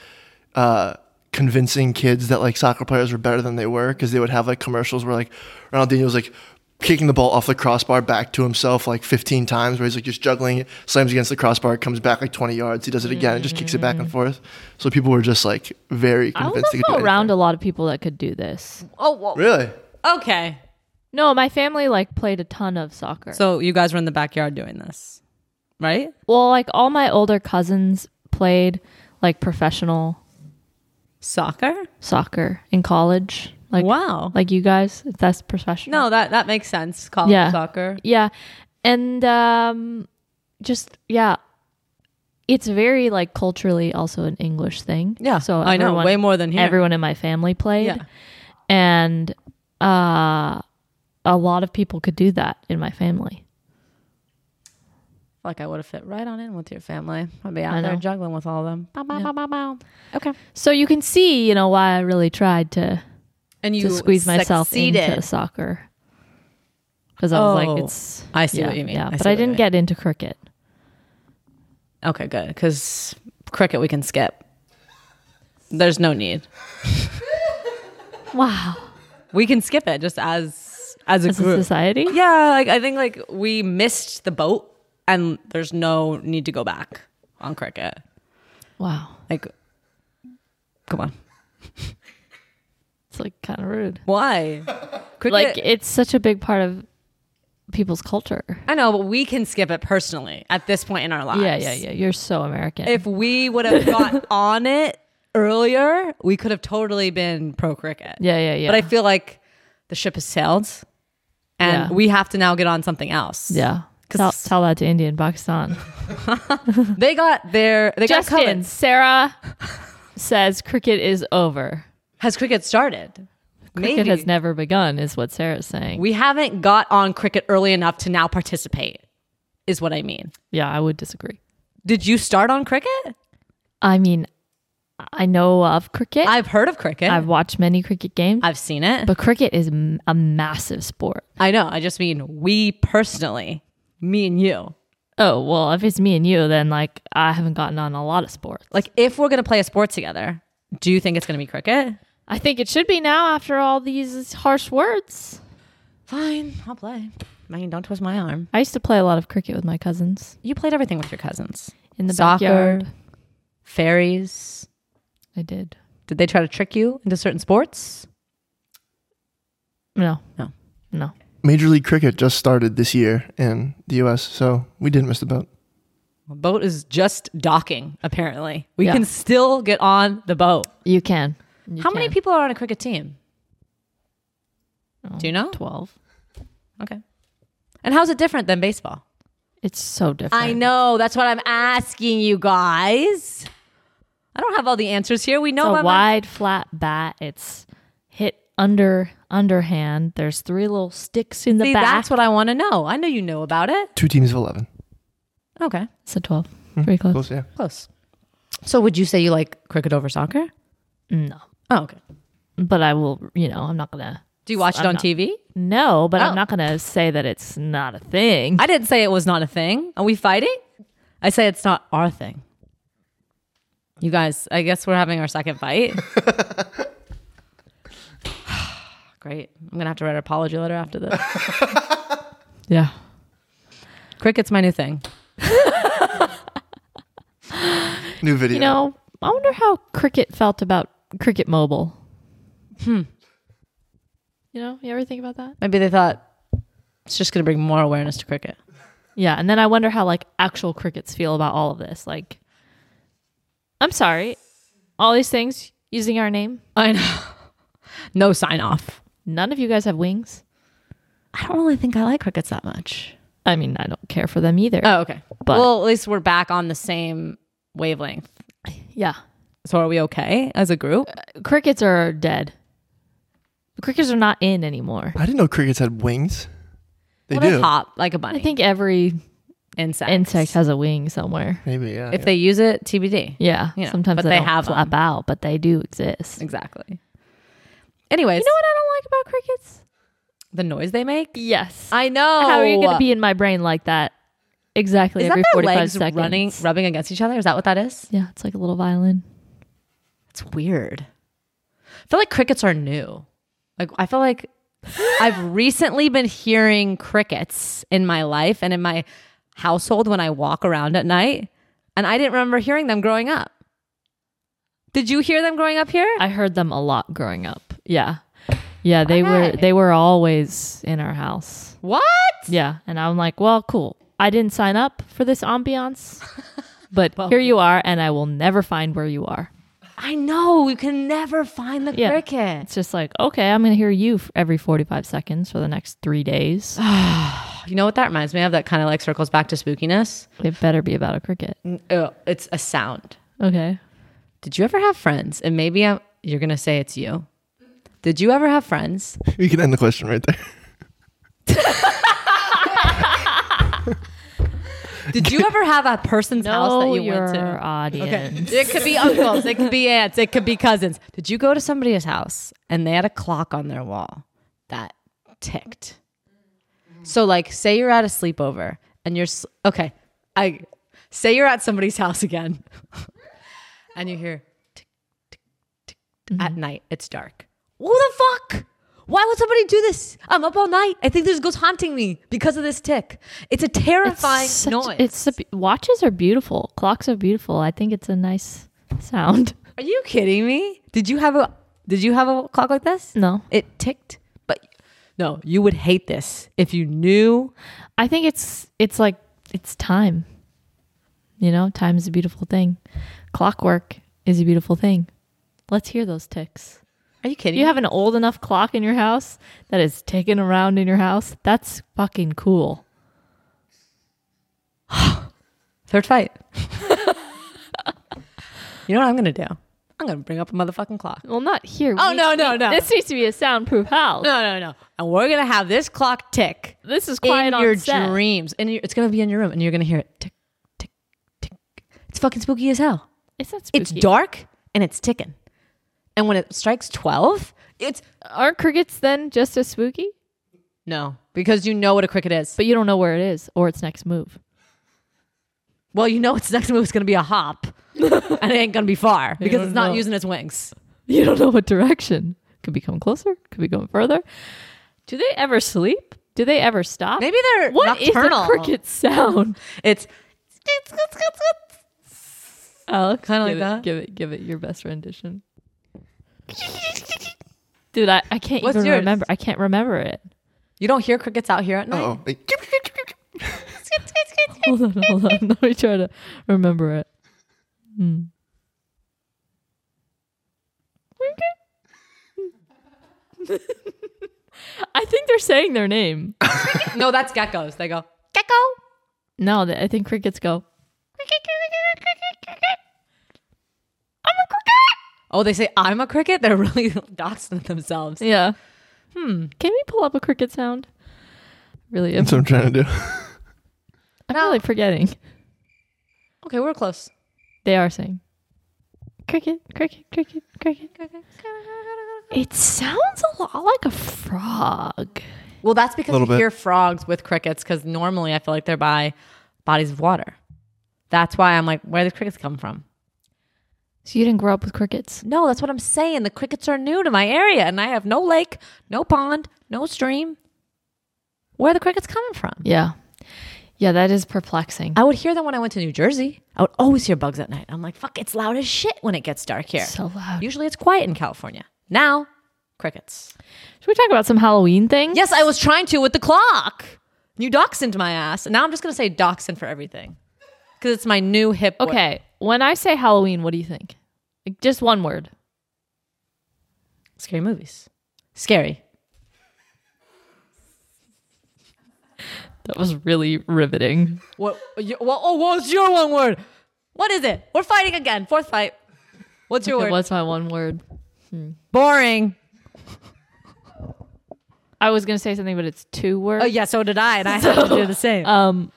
Speaker 3: uh, convincing kids that like soccer players were better than they were because they would have like commercials where like Ronaldinho was like kicking the ball off the crossbar back to himself like 15 times where he's like just juggling it, slams against the crossbar, comes back like 20 yards, he does it again and just kicks it back and forth. So people were just like very
Speaker 1: Mm-hmm. I was
Speaker 3: convinced they could do
Speaker 1: also
Speaker 3: anything.
Speaker 1: around a lot of people that could do this.
Speaker 2: oh, whoa.
Speaker 3: Really?
Speaker 2: okay.
Speaker 1: No, my family like played a ton of soccer.
Speaker 2: So you guys were in the backyard doing this, right?
Speaker 1: well, like all my older cousins played like professional
Speaker 2: Soccer.
Speaker 1: soccer in college. Like
Speaker 2: wow.
Speaker 1: like you guys, if that's professional.
Speaker 2: no, that that makes sense. College
Speaker 1: Yeah.
Speaker 2: soccer.
Speaker 1: Yeah. And um just yeah. It's very like culturally also an English thing.
Speaker 2: Yeah,
Speaker 1: So
Speaker 2: I know,
Speaker 1: everyone-
Speaker 2: way more than here.
Speaker 1: Everyone in my family played.
Speaker 2: Yeah.
Speaker 1: And uh a lot of people could do that in my family.
Speaker 2: Like I would have fit right on in with your family. I'd be out
Speaker 1: I
Speaker 2: there
Speaker 1: know.
Speaker 2: juggling with all of them. Bow, bow, bow, bow, bow. Okay.
Speaker 1: So you can see, you know, why I really tried to
Speaker 2: And you
Speaker 1: to squeeze myself
Speaker 2: succeeded.
Speaker 1: into soccer because I was
Speaker 2: Oh,
Speaker 1: like, it's.
Speaker 2: I see
Speaker 1: yeah,
Speaker 2: what you mean.
Speaker 1: Yeah,
Speaker 2: I see
Speaker 1: but
Speaker 2: what
Speaker 1: I
Speaker 2: you
Speaker 1: didn't
Speaker 2: mean.
Speaker 1: get into cricket.
Speaker 2: Okay, good. Because cricket we can skip. There's no need.
Speaker 1: Wow,
Speaker 2: We can skip it just as as a
Speaker 1: as a
Speaker 2: group.
Speaker 1: society,
Speaker 2: yeah, like I think like we missed the boat, and there's no need to go back on cricket.
Speaker 1: wow,
Speaker 2: Like, come on,
Speaker 1: it's like kind of rude.
Speaker 2: why? Cricket.
Speaker 1: Like it's such a big part of people's culture.
Speaker 2: I know, but we can skip it personally at this point in our lives.
Speaker 1: Yeah, yeah, yeah. You're so American.
Speaker 2: If we would have got on it earlier, we could have totally been pro cricket.
Speaker 1: yeah, yeah, yeah.
Speaker 2: But I feel like the ship has sailed and
Speaker 1: Yeah.
Speaker 2: we have to now get on something else.
Speaker 1: yeah.
Speaker 2: 'Cause-
Speaker 1: Tell, tell that to India and Pakistan.
Speaker 2: They got their they got
Speaker 1: Justin,
Speaker 2: Cummins.
Speaker 1: Sarah says cricket is over.
Speaker 2: Has cricket started?
Speaker 1: Cricket
Speaker 2: Maybe.
Speaker 1: has never begun, is what Sarah's saying.
Speaker 2: we haven't got on cricket early enough to now participate, is what I mean.
Speaker 1: yeah, I would disagree.
Speaker 2: Did you start on cricket?
Speaker 1: I mean, I know of cricket.
Speaker 2: I've heard of cricket.
Speaker 1: I've
Speaker 2: I've,
Speaker 1: watched many cricket games.
Speaker 2: seen it.
Speaker 1: But cricket is m- a massive sport.
Speaker 2: I know. I just mean we personally, me and you.
Speaker 1: Oh, well, if it's me and you, then like I haven't gotten on a lot of sports.
Speaker 2: Like if we're gonna play a sport together, do you think it's gonna be cricket?
Speaker 1: I think it should be now after all these harsh words.
Speaker 2: Fine, I'll play. I mean, don't twist my arm.
Speaker 1: I used to play a lot of cricket with my cousins
Speaker 2: You played everything with your cousins.
Speaker 1: in the
Speaker 2: Soccer.
Speaker 1: backyard.
Speaker 2: Fairies.
Speaker 1: I did.
Speaker 2: Did they try to trick you into certain sports?
Speaker 1: No.
Speaker 2: No.
Speaker 1: No.
Speaker 3: Major League Cricket just started this year in the US, so we didn't miss the boat.
Speaker 2: The boat is just docking, apparently. We
Speaker 1: Yeah.
Speaker 2: can still get on the boat.
Speaker 1: You can. You
Speaker 2: How many
Speaker 1: can.
Speaker 2: people are on a cricket team? Do you know?
Speaker 1: 12.
Speaker 2: Okay. And how's it different than baseball?
Speaker 1: It's so different.
Speaker 2: I know. That's what I'm asking you guys. I don't have all the answers here. We know
Speaker 1: It's a
Speaker 2: about
Speaker 1: wide, flat bat. It's hit under underhand. There's three little sticks in the
Speaker 2: See,
Speaker 1: back.
Speaker 2: that's what I want to know. I know you know about it.
Speaker 3: Two teams of 11.
Speaker 2: Okay.
Speaker 1: it's a 12. Pretty close.
Speaker 3: Close, yeah.
Speaker 2: Close. So would you say you like cricket over soccer?
Speaker 1: No.
Speaker 2: Oh, okay.
Speaker 1: But I will, you know, I'm not going to
Speaker 2: Do you watch it on TV?
Speaker 1: No, but
Speaker 2: Oh.
Speaker 1: I'm not going to say that it's not a thing.
Speaker 2: I didn't say it was not a thing. Are we fighting? I say it's not our thing. You guys, I guess we're having our second fight. Great. I'm going to have to write an apology letter after this.
Speaker 1: yeah.
Speaker 2: Cricket's my new thing.
Speaker 3: New video.
Speaker 1: You know, I wonder how Cricket felt about Cricket Mobile. Hmm. You know, you ever think about that?
Speaker 2: Maybe they thought it's just going to bring more awareness to cricket.
Speaker 1: Yeah, and then I wonder how like actual crickets feel about all of this. Like, I'm sorry, all these things using our name.
Speaker 2: I know. No sign off.
Speaker 1: None of you guys have wings.
Speaker 2: I don't really think I like crickets that much.
Speaker 1: I mean, I don't care for them either.
Speaker 2: Oh, okay.
Speaker 1: But-
Speaker 2: well, at least we're back on the same wavelength.
Speaker 1: yeah,
Speaker 2: So are we okay as a group?
Speaker 1: crickets are dead. Crickets are not in anymore.
Speaker 3: I didn't know crickets had wings. They
Speaker 2: What
Speaker 3: do.
Speaker 2: a pop, like a bunny.
Speaker 1: I think every
Speaker 2: insects.
Speaker 1: insect has a wing somewhere.
Speaker 3: Maybe yeah.
Speaker 2: If they use it, TBD.
Speaker 1: Yeah,
Speaker 2: You know,
Speaker 1: sometimes
Speaker 2: but
Speaker 1: they,
Speaker 2: they
Speaker 1: don't
Speaker 2: have
Speaker 1: flap
Speaker 2: them.
Speaker 1: out, but they do exist.
Speaker 2: Exactly. Anyways,
Speaker 1: You know what I don't like about crickets?
Speaker 2: the noise they make.
Speaker 1: Yes.
Speaker 2: I know.
Speaker 1: How are you going to be in my brain like that? Exactly
Speaker 2: Is that
Speaker 1: every
Speaker 2: their
Speaker 1: 45
Speaker 2: legs
Speaker 1: seconds.
Speaker 2: running, rubbing against each other? Is that what that is?
Speaker 1: Yeah, it's like a little violin.
Speaker 2: It's weird. I feel like crickets are new. Like I feel like I've recently been hearing crickets in my life and in my household when I walk around at night, and I didn't remember hearing them growing up. Did you hear them growing up here?
Speaker 1: I heard them a lot growing up. Yeah. Yeah, they
Speaker 2: Okay.
Speaker 1: were they were always in our house.
Speaker 2: what?
Speaker 1: Yeah, and I'm like, "Well, cool. I didn't sign up for this ambiance, but here you are and I will never find where you are."
Speaker 2: I know. You can never find the
Speaker 1: Yeah.
Speaker 2: crickets.
Speaker 1: It's just like, "Okay, I'm going to hear you f- every 45 seconds for the next 3 days.
Speaker 2: You know what that reminds me of? That kind of like circles back to spookiness.
Speaker 1: it better be about a cricket."
Speaker 2: Oh, it's a sound.
Speaker 1: Okay.
Speaker 2: Did you ever have friends? And maybe I'm, you're going to say it's you. Did you ever have friends?
Speaker 3: you can end the question right there.
Speaker 2: Did you ever have a person's house that
Speaker 1: No,
Speaker 2: you
Speaker 1: your
Speaker 2: went to?
Speaker 1: audience.
Speaker 2: It could be uncles, it could be aunts, it could be cousins. Did you go to somebody's house and they had a clock on their wall that ticked? So, like, say you're at a sleepover and you're s- okay. I say you're at somebody's house again, and you hear tick, tick, tick.
Speaker 1: Mm-hmm.
Speaker 2: at night. It's dark. What the fuck? Why would somebody do this? I'm up all night. I think this goes haunting me because of this tick. It's a terrifying
Speaker 1: such-
Speaker 2: noise.
Speaker 1: It's a be- watches are beautiful. Clocks are beautiful. I think it's a nice sound.
Speaker 2: Are you kidding me? Did you have a Did you have a clock like this?
Speaker 1: No,
Speaker 2: It ticked, but no, you would hate this if you knew.
Speaker 1: I think it's it's like it's time. You know, time is a beautiful thing. Clockwork is a beautiful thing. Let's hear those ticks.
Speaker 2: Are you kidding?
Speaker 1: You have an old enough clock in your house that is ticking around in your house. That's fucking cool.
Speaker 2: third fight. you know what I'm gonna do? I'm gonna bring up a motherfucking clock.
Speaker 1: Well, not here.
Speaker 2: Oh
Speaker 1: We-
Speaker 2: no no no
Speaker 1: This needs to be a soundproof house.
Speaker 2: no no no! And we're gonna have this clock tick
Speaker 1: This is quiet
Speaker 2: in
Speaker 1: on
Speaker 2: your
Speaker 1: set.
Speaker 2: dreams, and it's gonna be in your room, and you're gonna hear it tick tick tick. It's fucking spooky as hell.
Speaker 1: It's not
Speaker 2: It's
Speaker 1: spooky.
Speaker 2: dark and it's ticking, and when it strikes twelve, it's
Speaker 1: Aren't crickets then just as spooky?
Speaker 2: No, because you know what a cricket is.
Speaker 1: But you don't know where it is or its next move.
Speaker 2: Well, you know its next move is going to be a hop, and it ain't going to be far because
Speaker 1: don't
Speaker 2: it's not
Speaker 1: know.
Speaker 2: using its wings.
Speaker 1: You don't know what direction. Could be coming closer. Could be going further. Do they ever sleep? Do they ever stop?
Speaker 2: Maybe they're
Speaker 1: What is
Speaker 2: nocturnal.
Speaker 1: a cricket sound?
Speaker 2: It's
Speaker 1: Alex,
Speaker 2: Oh, Kinda like
Speaker 1: give it-
Speaker 2: that.
Speaker 1: Give it, give it your best rendition. Dude, I, I can't
Speaker 2: What's
Speaker 1: even
Speaker 2: yours?
Speaker 1: remember. I can't remember it.
Speaker 2: you don't hear crickets out here at night.
Speaker 3: Oh, like,
Speaker 1: Hold on, hold on. Let me try to remember it. Hmm. I think they're saying their name.
Speaker 3: Oh.
Speaker 2: No, that's geckos. They go.
Speaker 1: No, th- I think crickets go.
Speaker 2: Oh, they say I'm a cricket. They're really doxing themselves.
Speaker 1: Yeah. Hmm. Can we pull up a cricket sound? Really, I'm,
Speaker 3: that's what I'm trying to do.
Speaker 1: I'm really forgetting.
Speaker 2: Okay, we're close.
Speaker 1: They are saying cricket, cricket, cricket, cricket, cricket. It sounds a lot like a frog.
Speaker 2: Well, that's because
Speaker 3: Little
Speaker 2: you
Speaker 3: bit.
Speaker 2: hear frogs with crickets because normally I feel like they're by bodies of water. That's why I'm like, where do the crickets come from?
Speaker 1: So you didn't grow up with crickets?
Speaker 2: No, that's what I'm saying. The crickets are new to my area, and I have no lake, no pond, no stream. Where are the crickets coming from?
Speaker 1: Yeah. Yeah, that is perplexing.
Speaker 2: I would hear that when I went to New Jersey. I would always hear bugs at night. I'm like, fuck, it's loud as shit when it gets dark here.
Speaker 1: So loud.
Speaker 2: Usually it's quiet in California. Now, crickets.
Speaker 1: Should we talk about some Halloween thing?
Speaker 2: Yes, I was trying to with the clock. You dachshund my ass. And now I'm just going to say dachshund for everything because it's my new hip. word.
Speaker 1: Okay. When I say Halloween, what do you think? Like, just one word.
Speaker 2: Scary movies. Scary.
Speaker 1: That was really riveting.
Speaker 2: What? You, well, oh, what's your one word? What is it? We're fighting again. Fourth fight. What's your
Speaker 1: Okay,
Speaker 2: word?
Speaker 1: what's my one word?
Speaker 2: boring.
Speaker 1: I was gonna say something, but it's two words.
Speaker 2: Oh yeah, so did I, and I have to do the same.
Speaker 1: Um,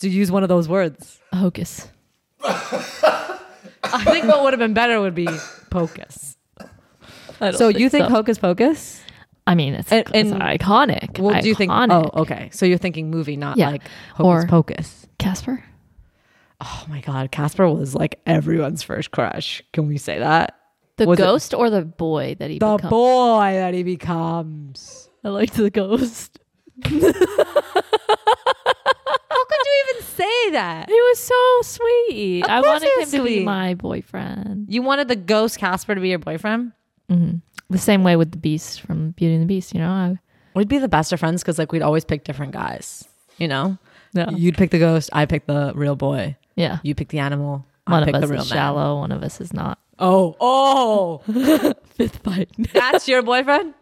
Speaker 2: to use one of those words.
Speaker 1: hocus.
Speaker 2: I think what would have been better would be pocus.
Speaker 1: I don't
Speaker 2: So you think
Speaker 1: so.
Speaker 2: hocus pocus?
Speaker 1: I mean, it's,
Speaker 2: And-
Speaker 1: it's
Speaker 2: and-
Speaker 1: iconic.
Speaker 2: Well, do you think?
Speaker 1: Iconic.
Speaker 2: Oh, okay. So you're thinking movie, not
Speaker 1: Yeah.
Speaker 2: like hocus
Speaker 1: Or-
Speaker 2: pocus.
Speaker 1: Casper?
Speaker 2: Oh my god, Casper was like everyone's first crush. Can we say that?
Speaker 1: The
Speaker 2: Was it-
Speaker 1: ghost or the boy that he
Speaker 2: The
Speaker 1: becomes?
Speaker 2: boy that he becomes.
Speaker 1: I liked the ghost.
Speaker 2: How could you even say that?
Speaker 1: He was so sweet. I
Speaker 2: course
Speaker 1: wanted
Speaker 2: he
Speaker 1: him
Speaker 2: was
Speaker 1: to be
Speaker 2: sweet.
Speaker 1: my boyfriend. Mm-hmm.
Speaker 2: You wanted the ghost Casper to be your boyfriend?
Speaker 1: The same way with the beast from Beauty and the Beast, you know? I,
Speaker 2: We'd be the best of friends because like we'd always pick different guys. You know,
Speaker 1: no.
Speaker 2: you'd pick the ghost, I pick the real boy.
Speaker 1: yeah.
Speaker 2: You pick the animal,
Speaker 1: one
Speaker 2: I pick
Speaker 1: of
Speaker 2: the
Speaker 1: us
Speaker 2: real
Speaker 1: is
Speaker 2: man.
Speaker 1: shallow, one of us is not.
Speaker 2: Oh, oh,
Speaker 1: Fifth bite.
Speaker 2: that's your boyfriend.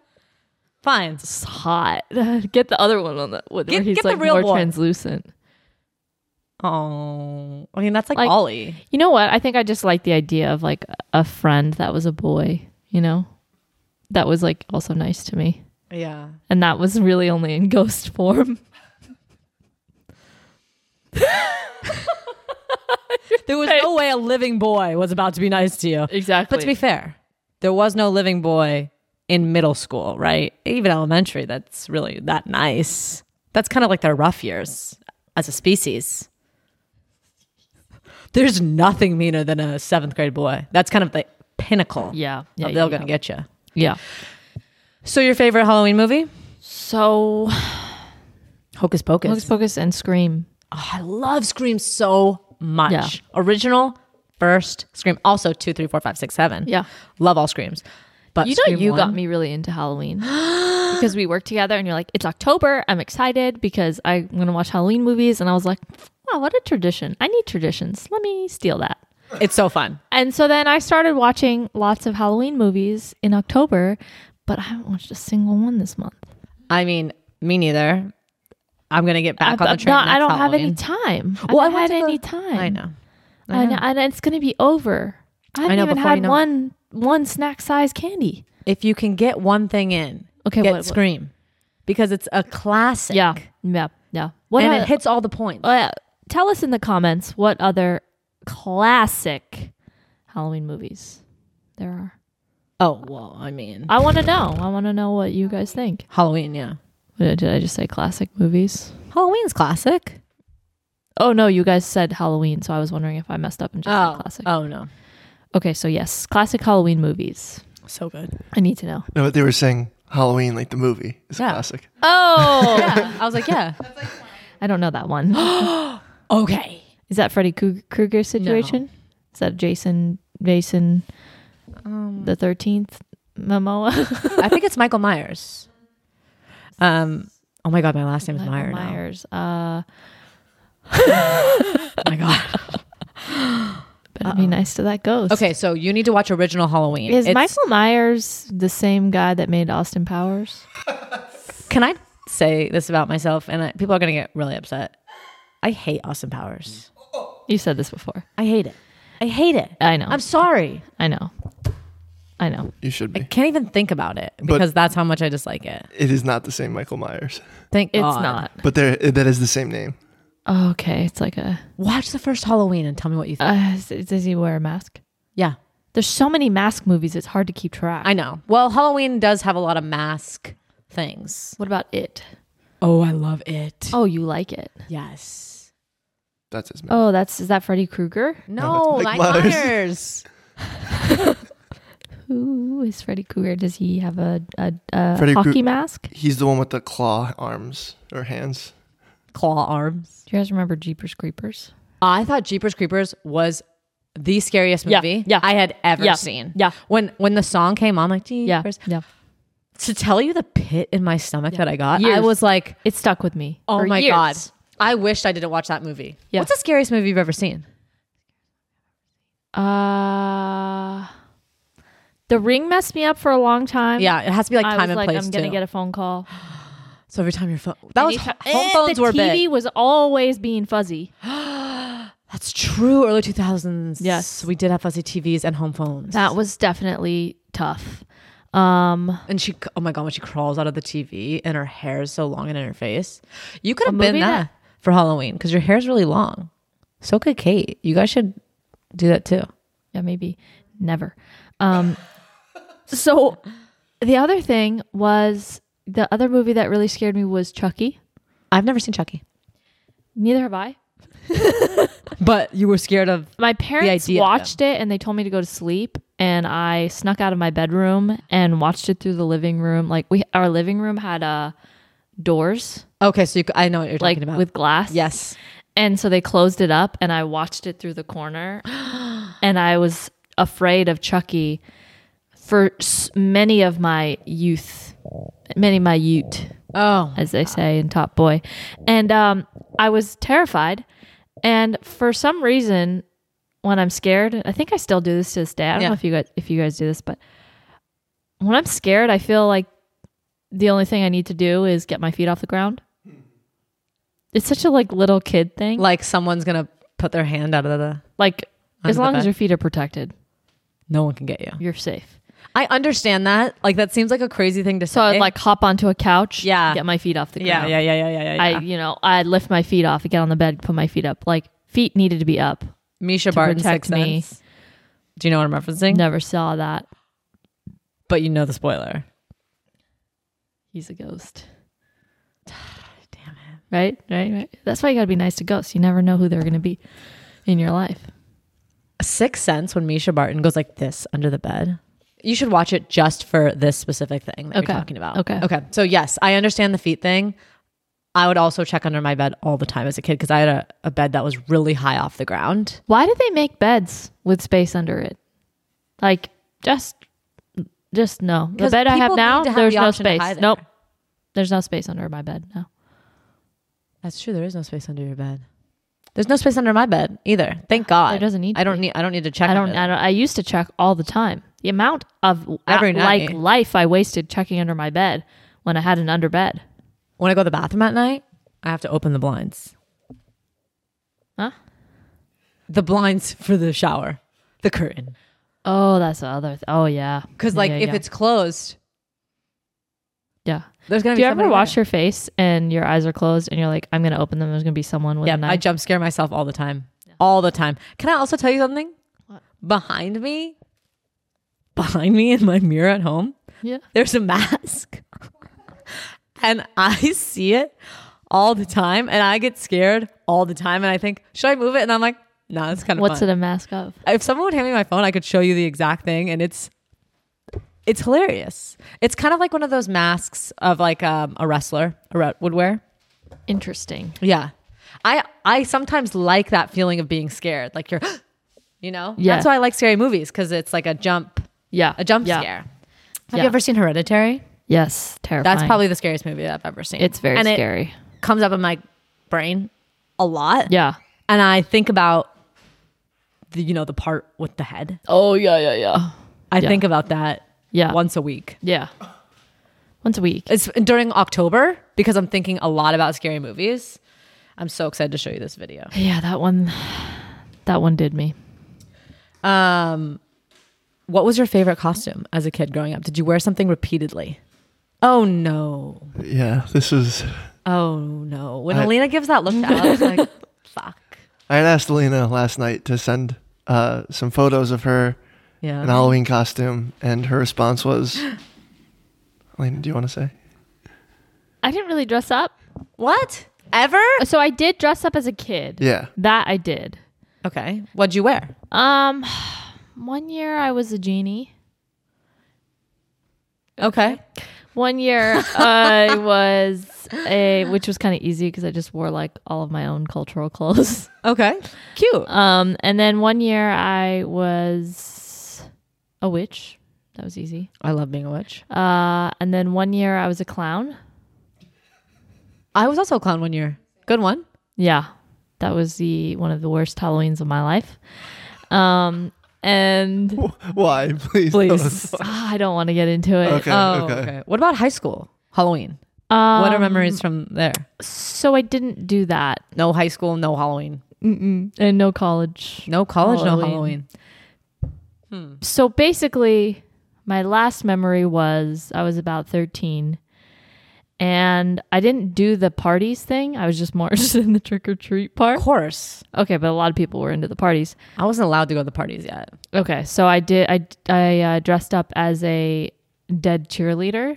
Speaker 2: Fine.
Speaker 1: It's hot. Get the other one on that one where
Speaker 2: Get-
Speaker 1: he's
Speaker 2: get the
Speaker 1: like
Speaker 2: real
Speaker 1: more
Speaker 2: boy.
Speaker 1: translucent.
Speaker 2: Oh, I mean that's like,
Speaker 1: Like-
Speaker 2: Ollie.
Speaker 1: You know what? I think I just like the idea of like a friend that was a boy, you know? That was like also nice to me.
Speaker 2: Yeah.
Speaker 1: And that was really only in ghost form.
Speaker 2: There was no way a living boy was about to be nice to you.
Speaker 1: Exactly.
Speaker 2: But to be fair, there was no living boy in middle school, right? Even elementary, that's really that nice. That's kind of like their rough years as a species. There's nothing meaner than a seventh grade boy. That's kind of the pinnacle
Speaker 1: yeah. Yeah.
Speaker 2: of
Speaker 1: yeah,
Speaker 2: they're going to
Speaker 1: yeah.
Speaker 2: get you.
Speaker 1: Yeah.
Speaker 2: So, your favorite Halloween movie?
Speaker 1: So
Speaker 2: Hocus Pocus.
Speaker 1: Hocus Pocus and Scream.
Speaker 2: Oh, I love Scream so much.
Speaker 1: Yeah.
Speaker 2: Original, first Scream. Also two, three, four, five, six, seven.
Speaker 1: Yeah.
Speaker 2: Love all Screams. But
Speaker 1: You know,
Speaker 2: Scream
Speaker 1: you got
Speaker 2: one-
Speaker 1: me really into Halloween because we worked together, and you're like, "It's October. I'm excited because I'm gonna watch Halloween movies." And I was like, "Wow, what a tradition! I need traditions. Let me steal that."
Speaker 2: It's so fun.
Speaker 1: And so then I started watching lots of Halloween movies in October, but I haven't watched a single one this month.
Speaker 2: I mean, me neither. I'm gonna get back
Speaker 1: I,
Speaker 2: on
Speaker 1: I'm
Speaker 2: the train.
Speaker 1: not- I
Speaker 2: next
Speaker 1: don't have
Speaker 2: Halloween.
Speaker 1: any time.
Speaker 2: Well,
Speaker 1: I
Speaker 2: I
Speaker 1: haven't
Speaker 2: went
Speaker 1: had
Speaker 2: to the-
Speaker 1: any time.
Speaker 2: I know.
Speaker 1: I know, and it's gonna be over. I haven't
Speaker 2: know,
Speaker 1: even
Speaker 2: before
Speaker 1: had
Speaker 2: you know it.
Speaker 1: one one snack size candy.
Speaker 2: If you can get one thing in,
Speaker 1: Okay,
Speaker 2: get
Speaker 1: what- what-
Speaker 2: Scream because it's a classic.
Speaker 1: Yeah, yeah, yeah. What
Speaker 2: and
Speaker 1: a-
Speaker 2: it hits all the points.
Speaker 1: Uh, tell us in the comments what other classic Halloween movies there are.
Speaker 2: oh well, I mean,
Speaker 1: I want to know. I want to know what you guys think.
Speaker 2: Halloween. Yeah,
Speaker 1: What- Did I just say classic movies?
Speaker 2: Halloween's classic.
Speaker 1: Oh no, you guys said Halloween, so I was wondering if I messed up and just
Speaker 2: Oh,
Speaker 1: said classic.
Speaker 2: oh no,
Speaker 1: Okay, so yes, classic Halloween movies.
Speaker 2: so good.
Speaker 1: I need to know.
Speaker 3: No, but they were saying Halloween, like the movie, is
Speaker 2: Yeah.
Speaker 3: a classic.
Speaker 1: Oh,
Speaker 2: yeah, I was like, yeah,
Speaker 1: I don't know that one.
Speaker 2: okay.
Speaker 1: Is that Freddy Krug- Krueger situation? Is that Jason Jason
Speaker 2: Um,
Speaker 1: the Thirteenth Momoa?
Speaker 2: I think it's Michael Myers. Um. Oh my god, my last name is Meyer
Speaker 1: Michael
Speaker 2: now.
Speaker 1: Myers. Uh,
Speaker 2: Oh my god.
Speaker 1: better be nice to that ghost.
Speaker 2: Okay, so you need to watch original Halloween.
Speaker 1: Is
Speaker 2: It's-
Speaker 1: Michael Myers the same guy that made Austin Powers?
Speaker 2: Can I say this about myself? And I, people are going to get really upset. I hate Austin Powers.
Speaker 1: You said this before.
Speaker 2: I hate it. I hate it.
Speaker 1: I know.
Speaker 2: I'm sorry.
Speaker 1: I know. I know.
Speaker 3: You should
Speaker 2: I
Speaker 3: be.
Speaker 2: can't even think about it because that's how much I dislike it.
Speaker 3: It is not the same Michael Myers,
Speaker 2: Thank
Speaker 1: It's
Speaker 2: God.
Speaker 1: not.
Speaker 3: but there that is the same name.
Speaker 1: Oh, okay. It's like a.
Speaker 2: Watch the first Halloween and tell me what you think.
Speaker 1: Uh, is- does he wear a mask?
Speaker 2: yeah,
Speaker 1: There's so many mask movies. It's hard to keep track.
Speaker 2: I know. Well, Halloween does have a lot of mask things.
Speaker 1: What about it?
Speaker 2: Oh, I love it.
Speaker 1: Oh, you like it?
Speaker 2: Yes.
Speaker 3: That's his.
Speaker 1: Oh, that's is that Freddy Krueger?
Speaker 2: No,
Speaker 3: No, it's Mike
Speaker 2: Mike Myers.
Speaker 3: Myers.
Speaker 1: Who is Freddy Krueger? Does he have a a, a
Speaker 3: Freddy
Speaker 1: hockey
Speaker 3: Krue-
Speaker 1: mask?
Speaker 3: He's the one with the claw arms or hands.
Speaker 2: claw arms.
Speaker 1: Do you guys remember Jeepers Creepers?
Speaker 2: I thought Jeepers Creepers was the scariest
Speaker 1: Yeah,
Speaker 2: movie
Speaker 1: yeah.
Speaker 2: I had ever
Speaker 1: Yeah,
Speaker 2: seen.
Speaker 1: yeah.
Speaker 2: When when the song came on, I'm like
Speaker 1: Yeah.
Speaker 2: Jeepers.
Speaker 1: Yeah.
Speaker 2: To tell you the pit in my stomach that I got, I
Speaker 1: Years.
Speaker 2: was like,
Speaker 1: It stuck with me.
Speaker 2: oh
Speaker 1: for
Speaker 2: my
Speaker 1: years.
Speaker 2: god, I wished I didn't watch that movie.
Speaker 1: Yeah.
Speaker 2: What's the scariest movie you've ever seen?
Speaker 1: Uh, the ring messed me up for a long time.
Speaker 2: Yeah, it has to be like
Speaker 1: I
Speaker 2: time
Speaker 1: was
Speaker 2: and
Speaker 1: like,
Speaker 2: place
Speaker 1: I'm gonna
Speaker 2: too.
Speaker 1: get a phone call.
Speaker 2: so every time your phone that was
Speaker 1: Anytime-
Speaker 2: home
Speaker 1: Eh,
Speaker 2: phones
Speaker 1: the
Speaker 2: were
Speaker 1: TV
Speaker 2: big.
Speaker 1: was always being fuzzy.
Speaker 2: That's true. Early 2000s.
Speaker 1: Yes.
Speaker 2: we did have fuzzy TVs and home phones.
Speaker 1: That was definitely tough. Um,
Speaker 2: and she, oh my god, when she crawls out of the TV and her hair is so long and in her face, you could have been
Speaker 1: movie
Speaker 2: that,
Speaker 1: that-
Speaker 2: for Halloween because your hair is really long. So could Kate. You guys should do that too.
Speaker 1: yeah, maybe never. Um, so the other thing was the other movie that really scared me was Chucky.
Speaker 2: I've never seen Chucky,
Speaker 1: Neither have I.
Speaker 2: but you were scared of.
Speaker 1: My parents
Speaker 2: idea of
Speaker 1: watched it and they told me to go to sleep and I snuck out of my bedroom and watched it through the living room. Like we our living room had uh doors
Speaker 2: Okay, so you, c- I know what you're
Speaker 1: like
Speaker 2: talking about.
Speaker 1: with glass.
Speaker 2: yes,
Speaker 1: And so they closed it up and I watched it through the corner and I was afraid of Chucky for s- many of my youth, many of my ute
Speaker 2: oh,
Speaker 1: as they say in Top Boy. And um, I was terrified. And for some reason, when I'm scared, I think I still do this to this day. I don't
Speaker 2: Yeah.
Speaker 1: know if you guys if you guys do this, but when I'm scared, I feel like the only thing I need to do is get my feet off the ground. It's such a like little kid thing. Like,
Speaker 2: like someone's gonna put their hand out of the.
Speaker 1: as
Speaker 2: the
Speaker 1: long
Speaker 2: bed.
Speaker 1: as your feet are protected,
Speaker 2: No one can get you.
Speaker 1: you're safe.
Speaker 2: I understand that. Like that seems like a crazy thing to
Speaker 1: So
Speaker 2: say.
Speaker 1: I'd like hop onto a couch,
Speaker 2: Yeah.
Speaker 1: get my feet off the
Speaker 2: yeah,
Speaker 1: ground.
Speaker 2: yeah, yeah, yeah, yeah, yeah.
Speaker 1: I you know, I'd lift my feet off, get on the bed, put my feet up. Like feet needed to be up.
Speaker 2: Misha Barton
Speaker 1: protect
Speaker 2: Sixth
Speaker 1: me.
Speaker 2: Sense. Do you know what I'm referencing?
Speaker 1: Never saw that.
Speaker 2: But you know the spoiler.
Speaker 1: He's a ghost.
Speaker 2: Damn it.
Speaker 1: Right? Right? Right. That's why you gotta be nice to ghosts. You never know who they're gonna be in your life.
Speaker 2: Sixth Sense when Misha Barton goes like this under the bed. You should watch it just for this specific thing that
Speaker 1: Okay.
Speaker 2: you're talking about.
Speaker 1: Okay.
Speaker 2: Okay. So yes, I understand the feet thing. I would also check under my bed all the time as a kid because I had a, a bed that was really high off the ground.
Speaker 1: Why did they make beds with space under it? Like just just no. The
Speaker 2: 'Cause
Speaker 1: bed I have
Speaker 2: people
Speaker 1: now,
Speaker 2: need to have
Speaker 1: there's
Speaker 2: the
Speaker 1: no
Speaker 2: option to
Speaker 1: space.
Speaker 2: hide there.
Speaker 1: Nope. There's no space under my bed. No.
Speaker 2: That's true. There is no space under your bed. There's no space under my bed either. Thank God.
Speaker 1: There doesn't need to
Speaker 2: I don't
Speaker 1: be.
Speaker 2: need. I don't need to check.
Speaker 1: I don't
Speaker 2: under
Speaker 1: I
Speaker 2: that.
Speaker 1: don't I used to check all the time. The amount of
Speaker 2: Every
Speaker 1: uh,
Speaker 2: night.
Speaker 1: like life I wasted checking under my bed when I had an under bed.
Speaker 2: When I go to the bathroom at night, I have to open the blinds.
Speaker 1: Huh?
Speaker 2: The blinds for the shower, the curtain.
Speaker 1: Oh, that's the other th- oh yeah.
Speaker 2: Because
Speaker 1: Yeah,
Speaker 2: like
Speaker 1: yeah,
Speaker 2: if
Speaker 1: yeah.
Speaker 2: it's closed,
Speaker 1: yeah.
Speaker 2: there's gonna
Speaker 1: Do
Speaker 2: be.
Speaker 1: you ever
Speaker 2: somebody
Speaker 1: wash
Speaker 2: there.
Speaker 1: your face and your eyes are closed and you're like, I'm gonna open them. There's gonna be someone with a
Speaker 2: Yeah, I
Speaker 1: knife.
Speaker 2: jump scare myself all the time, all the time. Can I also tell you something?
Speaker 1: What?
Speaker 2: Behind me, behind me in my mirror at home,
Speaker 1: yeah,
Speaker 2: there's a mask, and I see it all the time, and I get scared all the time, and I think, should I move it? And I'm like, no, nah, it's kind of
Speaker 1: what's
Speaker 2: fun.
Speaker 1: it a mask of?
Speaker 2: if someone would hand me my phone, I could show you the exact thing, and it's it's hilarious. It's kind of like one of those masks of like um, a wrestler a re- would wear.
Speaker 1: Interesting.
Speaker 2: Yeah, I I sometimes like that feeling of being scared, like you're, you know.
Speaker 1: Yeah.
Speaker 2: That's why I like scary movies because it's like a jump
Speaker 1: Yeah,
Speaker 2: a jump
Speaker 1: yeah.
Speaker 2: scare. Have
Speaker 1: Yeah.
Speaker 2: you ever seen Hereditary?
Speaker 1: Yes, terrifying.
Speaker 2: That's probably the scariest movie I've ever seen.
Speaker 1: it's very
Speaker 2: and it
Speaker 1: scary.
Speaker 2: comes up in my brain a lot.
Speaker 1: yeah.
Speaker 2: and I think about the you know the part with the head.
Speaker 1: Oh yeah, yeah, yeah,
Speaker 2: I
Speaker 1: Yeah.
Speaker 2: think about that
Speaker 1: yeah.
Speaker 2: once a week.
Speaker 1: yeah, once a week.
Speaker 2: It's during October because I'm thinking a lot about scary movies. I'm so excited to show you this video.
Speaker 1: Yeah, that one, that one did me.
Speaker 2: Um, what was your favorite costume as a kid growing up? Did you wear something repeatedly? Oh no!
Speaker 3: Yeah, this is.
Speaker 2: Oh no! When
Speaker 3: I-
Speaker 2: Alina gives that look, to Al, I was like, "Fuck."
Speaker 3: I had asked Alina last night to send uh, some photos of her
Speaker 2: Yeah.
Speaker 3: in Halloween costume, and her response was, "Alina, do you want to say?"
Speaker 1: I didn't really dress up,
Speaker 2: What? Ever?
Speaker 1: so I did dress up as a kid.
Speaker 3: Yeah,
Speaker 1: That I did.
Speaker 2: Okay. What'd you wear?
Speaker 1: Um, one year I was a genie.
Speaker 2: Okay.
Speaker 1: One year I was a, which was kind of easy because I just wore like all of my own cultural clothes.
Speaker 2: Okay. Cute.
Speaker 1: Um, and then one year I was a witch. That was easy.
Speaker 2: I love being a witch.
Speaker 1: Uh, and then one year I was a clown.
Speaker 2: I was also a clown one year. Good one.
Speaker 1: Yeah, that was the one of the worst Halloweens of my life. Um, and
Speaker 3: Why, please?
Speaker 2: Please.
Speaker 1: Ah, I don't want to get into it.
Speaker 3: Okay.
Speaker 2: Oh,
Speaker 3: okay.
Speaker 2: okay. What about high school? Halloween.
Speaker 1: Um,
Speaker 2: what are memories from there?
Speaker 1: So I didn't do that,
Speaker 2: No high school, no Halloween.
Speaker 1: and no college.
Speaker 2: No college, no
Speaker 1: Halloween.
Speaker 2: Halloween.
Speaker 1: so basically my last memory was i was about 13 and i didn't do the parties thing i was just more interested in the trick-or-treat part
Speaker 2: Of course.
Speaker 1: okay but a lot of people were into the parties
Speaker 2: I wasn't allowed to go to the parties yet.
Speaker 1: okay so i did i i uh, dressed up as a dead cheerleader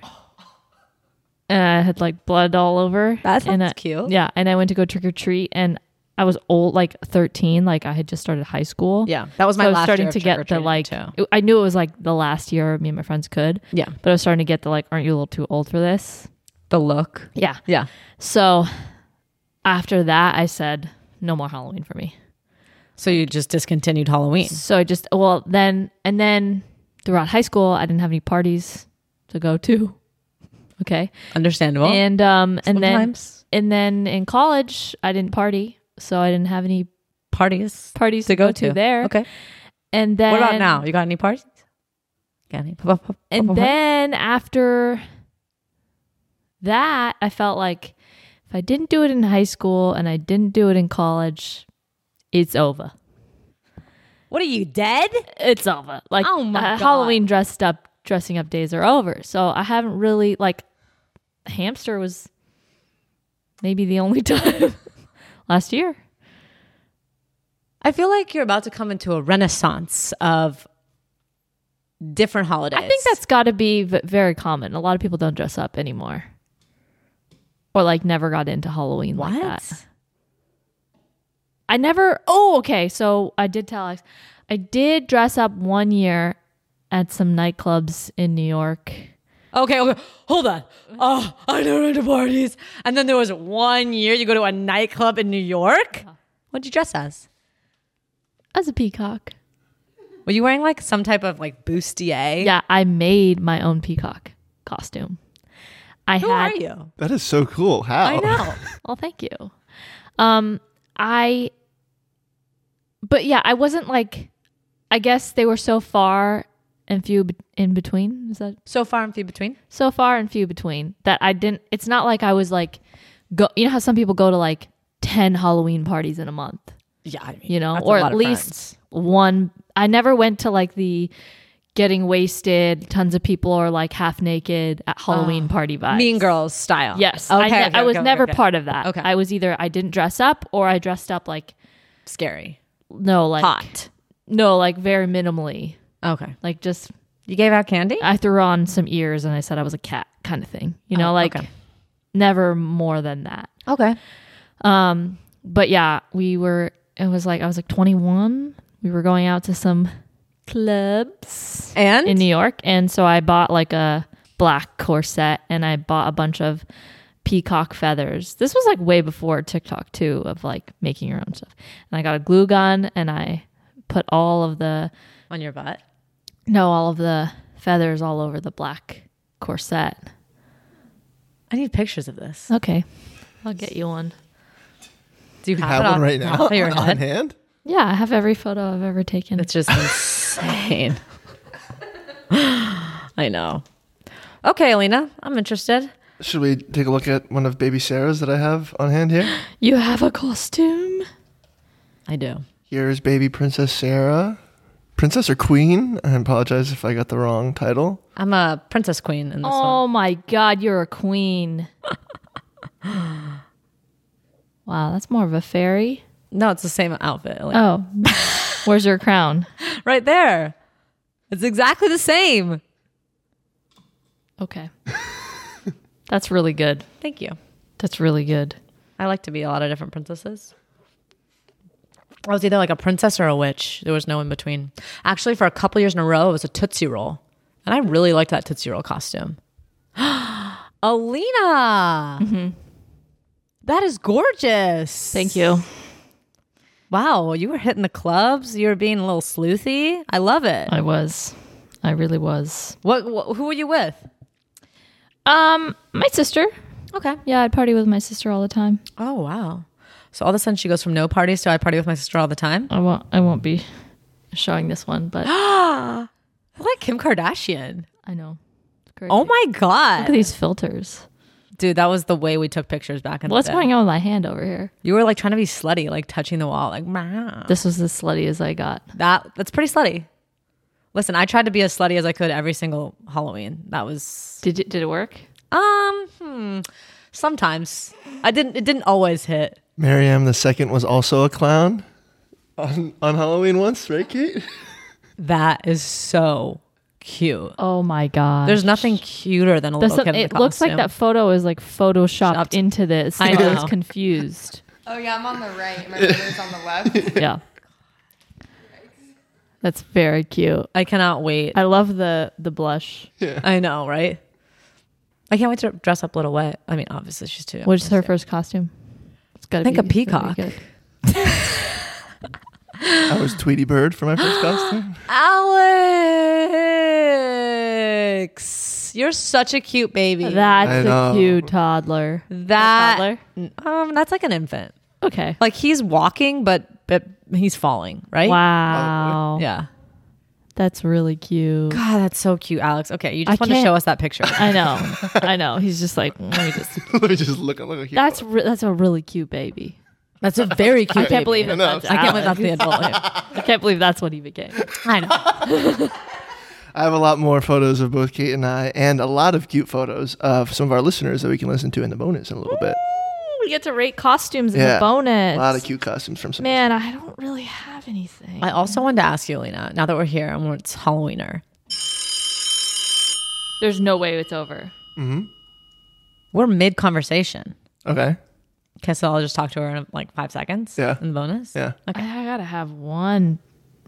Speaker 1: and i had like blood all over
Speaker 2: That
Speaker 1: and
Speaker 2: sounds
Speaker 1: I-
Speaker 2: cute.
Speaker 1: yeah and i went to go trick-or-treat and i was old like 13 like i had just started high school
Speaker 2: Yeah. That was
Speaker 1: so
Speaker 2: my
Speaker 1: I was
Speaker 2: last
Speaker 1: starting
Speaker 2: year of
Speaker 1: to get the
Speaker 2: trick-or-treating,
Speaker 1: like.
Speaker 2: too.
Speaker 1: it- I knew it was like the last year me and my friends could.
Speaker 2: Yeah.
Speaker 1: But I was starting to get the like, aren't you a little too old for this?
Speaker 2: The look.
Speaker 1: Yeah.
Speaker 2: Yeah.
Speaker 1: So after that, I said no more Halloween for me.
Speaker 2: So you just discontinued Halloween.
Speaker 1: So I just well then and then throughout high school, I didn't have any parties to go to. Okay.
Speaker 2: Understandable.
Speaker 1: and um and
Speaker 2: sometimes.
Speaker 1: then and then in college, I didn't party, so I didn't have any
Speaker 2: parties
Speaker 1: parties to go, to, there.
Speaker 2: Okay.
Speaker 1: And then
Speaker 2: What about now? You got any parties? Got any? Uh-huh.
Speaker 1: And then after that, I felt like if I didn't do it in high school and I didn't do it in college, it's over.
Speaker 2: what are you dead?
Speaker 1: It's over. Like
Speaker 2: Oh my
Speaker 1: uh,
Speaker 2: God.
Speaker 1: Halloween dressed up dressing up days are over. So I haven't really like hamster was maybe the only time last year.
Speaker 2: I feel like you're about to come into a renaissance of different holidays.
Speaker 1: I think that's got to be v- very common. A lot of people don't dress up anymore. Or like never got into Halloween
Speaker 2: what.
Speaker 1: like that. I never. Oh, okay. So I did tell Alex. I did dress up one year at some nightclubs in New York.
Speaker 2: Okay, okay, hold on. Oh, I never went to parties. And then there was one year you go to a nightclub in New York. Uh-huh. What'd you dress as?
Speaker 1: As a peacock.
Speaker 2: Were you wearing like some type of like bustier?
Speaker 1: Yeah, I made my own peacock costume. I
Speaker 2: Who
Speaker 1: had.
Speaker 2: are you?
Speaker 3: That is so cool. How?
Speaker 2: I know.
Speaker 1: Well, thank you. Um, I. But yeah, I wasn't like. I guess they were so far and few be- in between. Is that
Speaker 2: so far and few between.
Speaker 1: so far and few between that I didn't it's not like I was like go you know how some people go to like 10 Halloween parties in a month
Speaker 2: Yeah, I mean,
Speaker 1: you know
Speaker 2: that's a
Speaker 1: or
Speaker 2: lot
Speaker 1: at
Speaker 2: of
Speaker 1: least
Speaker 2: friends.
Speaker 1: one I never went to like the getting wasted tons of people are like half naked at Halloween party vibes
Speaker 2: Ah. Mean Girls style.
Speaker 1: yes
Speaker 2: Okay.
Speaker 1: I, ne-
Speaker 2: okay,
Speaker 1: I was
Speaker 2: okay,
Speaker 1: never
Speaker 2: okay.
Speaker 1: part of that
Speaker 2: Okay.
Speaker 1: I was either I didn't dress up or I dressed up like
Speaker 2: Scary.
Speaker 1: no like
Speaker 2: Hot.
Speaker 1: no like very minimally
Speaker 2: Okay.
Speaker 1: like just
Speaker 2: You gave out candy?
Speaker 1: I threw on some ears and I said I was a cat kind of thing you know
Speaker 2: Oh,
Speaker 1: like
Speaker 2: okay.
Speaker 1: never more than that
Speaker 2: Okay.
Speaker 1: Um, but yeah, we were. It was like I was like 21. We were going out to some clubs
Speaker 2: And
Speaker 1: in New York, and so I bought like a black corset and I bought a bunch of peacock feathers. This was like way before TikTok too, of like making your own stuff. And I got a glue gun and I put all of the
Speaker 2: on your butt.
Speaker 1: no all of the feathers all over the black corset.
Speaker 2: I need pictures of this.
Speaker 1: Okay, I'll get you one.
Speaker 2: Do you have,
Speaker 3: Have
Speaker 2: it
Speaker 3: one
Speaker 2: on-
Speaker 3: right now
Speaker 2: on your
Speaker 3: on
Speaker 2: head?
Speaker 3: hand.
Speaker 1: Yeah, I have every photo I've ever taken.
Speaker 2: It's just insane. I know. Okay, Alina, I'm interested.
Speaker 3: Should we take a look at one of Baby Sarah's that I have on hand here?
Speaker 1: you have a costume.
Speaker 2: I do.
Speaker 3: Here's baby Princess Sarah. Princess or Queen? I apologize if I got the wrong title.
Speaker 2: I'm a princess queen in this one.
Speaker 1: Oh my god, you're a queen. wow, that's more of a fairy.
Speaker 2: No, it's the same outfit. Alina.
Speaker 1: Oh. Where's your crown?
Speaker 2: Right there. It's exactly the same.
Speaker 1: Okay. That's really good.
Speaker 2: Thank you.
Speaker 1: That's really good.
Speaker 2: I like to be a lot of different princesses. I was either like a princess or a witch. There was no in between. Actually, for a couple years in a row, it was a Tootsie Roll. And I really liked that Tootsie Roll costume. Alina. That is gorgeous.
Speaker 1: Thank you.
Speaker 2: Wow, you were hitting the clubs. You were being a little sleuthy. I love it.
Speaker 1: I was. I really was.
Speaker 2: What, what? Who were you with?
Speaker 1: Um, my sister.
Speaker 2: Okay.
Speaker 1: Yeah, I'd party with my sister all the time.
Speaker 2: Oh wow. So all of a sudden she goes from no parties to I party with my sister all the time.
Speaker 1: I won't. I won't be showing this one, but I
Speaker 2: Like Kim Kardashian.
Speaker 1: know. It's Crazy.
Speaker 2: Oh my
Speaker 1: Look at
Speaker 2: god,
Speaker 1: these filters.
Speaker 2: dude, that was the way we took pictures back in
Speaker 1: What's
Speaker 2: the day.
Speaker 1: going on with my hand over here?
Speaker 2: You were like trying to be slutty, like touching the wall, like "Meow."
Speaker 1: This was as slutty as I got.
Speaker 2: that. That's pretty slutty. Listen, I tried to be as slutty as I could every single Halloween. That was
Speaker 1: Did it? Did it work?
Speaker 2: um, hmm, sometimes I didn't. It didn't always hit.
Speaker 3: Maryam the second was also a clown on, on Halloween once, right, Kate?
Speaker 2: That is so cute.
Speaker 1: Oh my god.
Speaker 2: There's nothing cuter than a
Speaker 1: That's some-
Speaker 2: little kid. in
Speaker 1: it
Speaker 2: a
Speaker 1: looks like
Speaker 2: costume.
Speaker 1: that photo is like photoshopped
Speaker 2: Shopped.
Speaker 1: into this. I
Speaker 2: I
Speaker 1: was
Speaker 2: know.
Speaker 1: confused.
Speaker 6: Oh yeah, I'm on the right. My brother's on the left.
Speaker 1: yeah. That's very cute.
Speaker 2: I cannot wait.
Speaker 1: I love the the blush.
Speaker 2: I know, right? I can't wait to dress up Little Wet. I mean, obviously she's too. young.
Speaker 1: What's her first costume? It's gotta
Speaker 2: I think
Speaker 1: be-
Speaker 2: a
Speaker 1: it's gotta
Speaker 2: peacock.
Speaker 1: be good.
Speaker 3: I was Tweety Bird for my first costume.
Speaker 2: Alex, you're such a cute baby.
Speaker 3: I
Speaker 1: That's a
Speaker 3: know.
Speaker 1: cute toddler.
Speaker 2: that
Speaker 1: toddler?
Speaker 2: um, that's like an infant.
Speaker 1: Okay.
Speaker 2: Like he's walking, but but he's falling, right?
Speaker 1: Wow.
Speaker 2: Yeah.
Speaker 1: That's really cute.
Speaker 2: God, Ah, that's so cute, Alex. Okay, you
Speaker 1: I
Speaker 2: just want to
Speaker 1: can't-
Speaker 2: show us that picture.
Speaker 1: I know. I know. He's just like, let me just.
Speaker 3: Let me just look. Look at you.
Speaker 1: That's re- that's a really cute baby.
Speaker 2: That's a very cute.
Speaker 1: I can't believe
Speaker 2: it.
Speaker 1: that that's
Speaker 2: I can't believe that's
Speaker 1: Alex.
Speaker 2: the adult. here.
Speaker 1: I can't believe that's what he became.
Speaker 2: I know.
Speaker 3: I have a lot more photos of both Kate and I, and a lot of cute photos of some of our listeners that we can listen to in the bonus in a little bit.
Speaker 1: We get to rate costumes in
Speaker 3: Yeah.
Speaker 1: the bonus.
Speaker 3: A lot of cute costumes from some.
Speaker 1: Man, I don't really have anything.
Speaker 2: I also wanted to ask you, Lena. Now that we're here and we're, it's Halloweener,
Speaker 1: There's no way it's over.
Speaker 2: we're mid conversation.
Speaker 3: Okay.
Speaker 2: Okay, so I'll just talk to her in like five seconds.
Speaker 3: Yeah.
Speaker 2: In the bonus.
Speaker 3: Yeah.
Speaker 1: I gotta have one,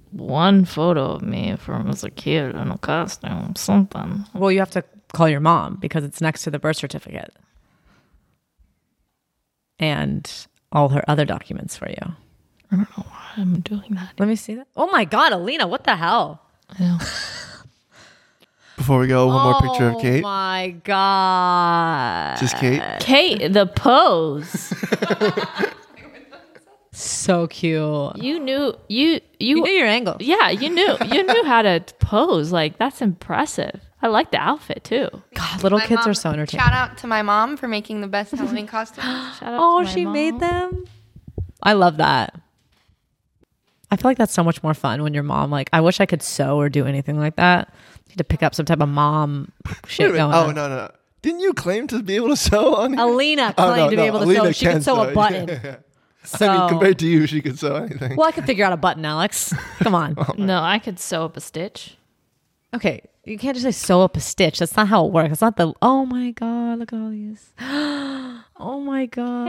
Speaker 1: one photo of me from as a kid in a costume, something.
Speaker 2: Well, you have to call your mom because it's next to the birth certificate and all her other documents for you.
Speaker 1: I don't know why I'm doing that.
Speaker 2: Let me see that. Oh my God, Alina, what the hell?
Speaker 1: I know.
Speaker 3: Before we go, one more picture of
Speaker 2: Oh
Speaker 3: Kate.
Speaker 2: my God.
Speaker 3: Just Kate.
Speaker 1: Kate, the pose.
Speaker 2: So cute.
Speaker 1: You knew you you,
Speaker 2: You knew your angle.
Speaker 1: yeah you knew you knew how to pose. Like that's impressive. I like the outfit too.
Speaker 2: God, little
Speaker 6: My
Speaker 2: kids
Speaker 6: mom-
Speaker 2: are so entertaining.
Speaker 6: Shout out to my mom for making the best Halloween costumes.
Speaker 1: Shout out
Speaker 2: Oh,
Speaker 1: to my
Speaker 2: she
Speaker 1: mom.
Speaker 2: made them. I love that. I feel like that's so much more fun when your mom like. I wish I could sew or do anything like that. Need to pick up some type of mom
Speaker 3: Wait a
Speaker 2: shit
Speaker 3: minute.
Speaker 2: going
Speaker 3: Oh
Speaker 2: on.
Speaker 3: no no no! Didn't you claim to be able to sew on? here?
Speaker 2: Alina
Speaker 3: Oh,
Speaker 2: claimed
Speaker 3: no,
Speaker 2: to be
Speaker 3: no,
Speaker 2: able to sew.
Speaker 3: Alina
Speaker 2: She could
Speaker 3: can
Speaker 2: sew
Speaker 3: sew.
Speaker 2: a button. So,
Speaker 3: I mean, compared to you, she could sew anything.
Speaker 2: well, I could figure out a button, Alex. Come on.
Speaker 3: Oh,
Speaker 1: No, I could sew up a stitch.
Speaker 2: Okay, you can't just say sew up a stitch. That's not how it works. That's not the. Oh my god! Look at all these. Oh my god!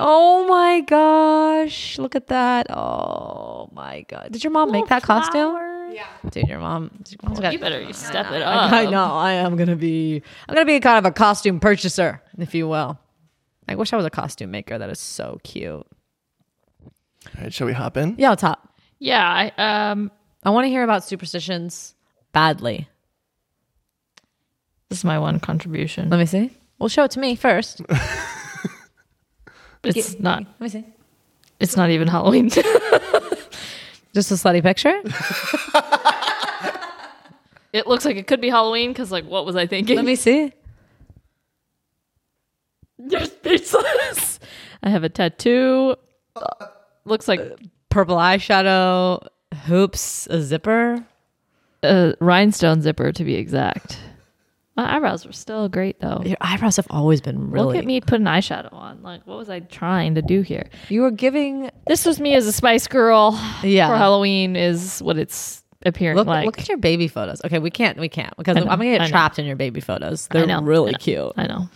Speaker 2: Oh my gosh! Look at that! Oh my god! Did your mom make that costume? Yeah. Dude, your mom. your mom's got-
Speaker 1: You better step it up.
Speaker 2: I know. I am gonna be. I'm gonna be kind of a costume purchaser, if you will. I wish I was a costume maker. That is so cute.
Speaker 3: All right, shall we hop in?
Speaker 2: Yeah, I'll top.
Speaker 1: Yeah, I, um,
Speaker 2: I want to hear about superstitions badly.
Speaker 1: this is my one contribution.
Speaker 2: Let me see. Well, show it to me first. Let
Speaker 1: It's not.
Speaker 2: me see.
Speaker 1: It's not even Halloween.
Speaker 2: Just a slutty picture.
Speaker 1: it looks like it could be Halloween because, like, what was I thinking?
Speaker 2: Let me see.
Speaker 1: You're speechless. I have a tattoo. Looks like
Speaker 2: purple eyeshadow, hoops, a zipper.
Speaker 1: a rhinestone zipper to be exact. My eyebrows were still great though.
Speaker 2: Your eyebrows have always been really.
Speaker 1: Look at me put an eyeshadow on. Like, what was I trying to do here?
Speaker 2: You were giving.
Speaker 1: This was me as a Spice Girl
Speaker 2: Yeah.
Speaker 1: for Halloween, is what it's appearing
Speaker 2: Look,
Speaker 1: like.
Speaker 2: look at your baby photos. Okay, we can't. We can't because I'm gonna
Speaker 1: I
Speaker 2: get
Speaker 1: know.
Speaker 2: trapped in your baby photos.
Speaker 1: I
Speaker 2: They're
Speaker 1: know, I
Speaker 2: really
Speaker 1: know,
Speaker 2: cute.
Speaker 1: I know.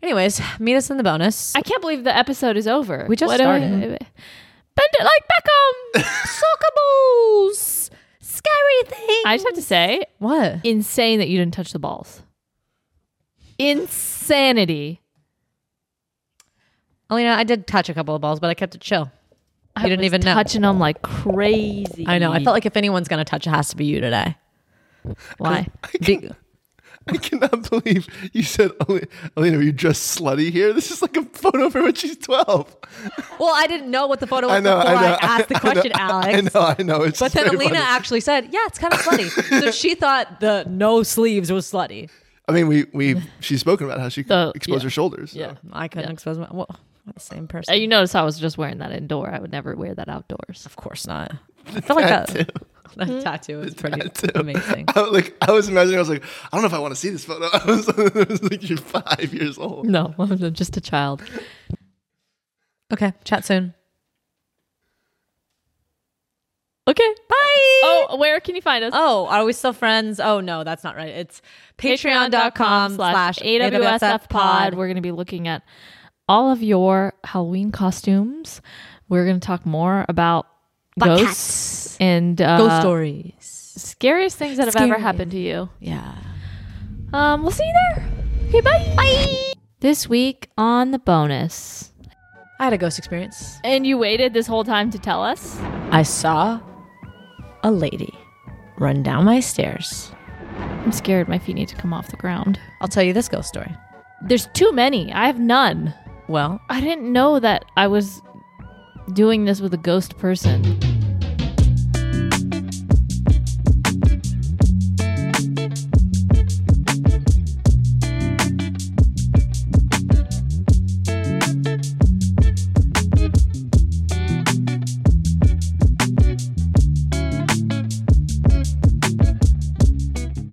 Speaker 2: Anyways, meet us in the bonus.
Speaker 1: I can't believe the episode is over.
Speaker 2: We just
Speaker 1: do I-
Speaker 2: started.
Speaker 1: Bend it like Beckham.
Speaker 2: Soccer balls, scary thing.
Speaker 1: I just have to say,
Speaker 2: what?
Speaker 1: insane that you didn't touch the balls. insanity.
Speaker 2: Alina, I did touch a couple of balls, but I kept it chill.
Speaker 1: I
Speaker 2: You didn't
Speaker 1: was
Speaker 2: even know.
Speaker 1: touching them like crazy.
Speaker 2: I know. I felt like if anyone's gonna touch, it has to be you today.
Speaker 1: why?
Speaker 2: Be-
Speaker 3: I cannot believe you said, "Ale- Alina, are you dressed slutty here? This is like a photo of her when she's 12.
Speaker 2: well, I didn't know what the photo was
Speaker 3: I know,
Speaker 2: Oh, before
Speaker 3: I know.
Speaker 2: I asked the question,
Speaker 3: I know,
Speaker 2: Alex.
Speaker 3: I know, I know. It's
Speaker 2: But
Speaker 3: just
Speaker 2: then
Speaker 3: very
Speaker 2: Alina
Speaker 3: funny.
Speaker 2: actually said, "Yeah, it's kind of slutty." so she thought the no sleeves was slutty.
Speaker 3: I mean, we, we, she's spoken about how she could
Speaker 1: The-
Speaker 3: expose
Speaker 1: yeah.
Speaker 3: her shoulders. so.
Speaker 1: Yeah.
Speaker 2: I couldn't expose my. Well, we're the same person.
Speaker 1: Uh, You notice I was just wearing that indoor. I would never wear that outdoors.
Speaker 2: of course not. I felt like
Speaker 3: tattoo.
Speaker 2: that. That tattoo is pretty amazing.
Speaker 3: I, was like I was imagining, I was like, I don't know if I want to see this photo. I was, I was like, you're five years old.
Speaker 1: No, I'm just a child.
Speaker 2: Okay, chat soon.
Speaker 1: Okay.
Speaker 2: Bye.
Speaker 1: Oh, where can you find us?
Speaker 2: Oh, are we still friends? Oh, no, that's not right. It's patreon.com slash
Speaker 1: AWSF pod.
Speaker 2: pod.
Speaker 1: We're going to be looking at all of your Halloween costumes. We're going to talk more about ghosts and uh,
Speaker 2: Ghost stories.
Speaker 1: scariest things that have ever
Speaker 2: Scary.
Speaker 1: happened to you.
Speaker 2: Yeah.
Speaker 1: Um, we'll see you there. Okay, bye. Bye. This week on the bonus.
Speaker 2: I had a ghost experience.
Speaker 1: And you waited this whole time to tell us?
Speaker 2: I saw a lady run down my stairs.
Speaker 1: I'm scared my feet need to come off the ground.
Speaker 2: I'll tell you this ghost story.
Speaker 1: There's too many. I have none.
Speaker 2: Well,
Speaker 1: I didn't know that I was doing this with a ghost person.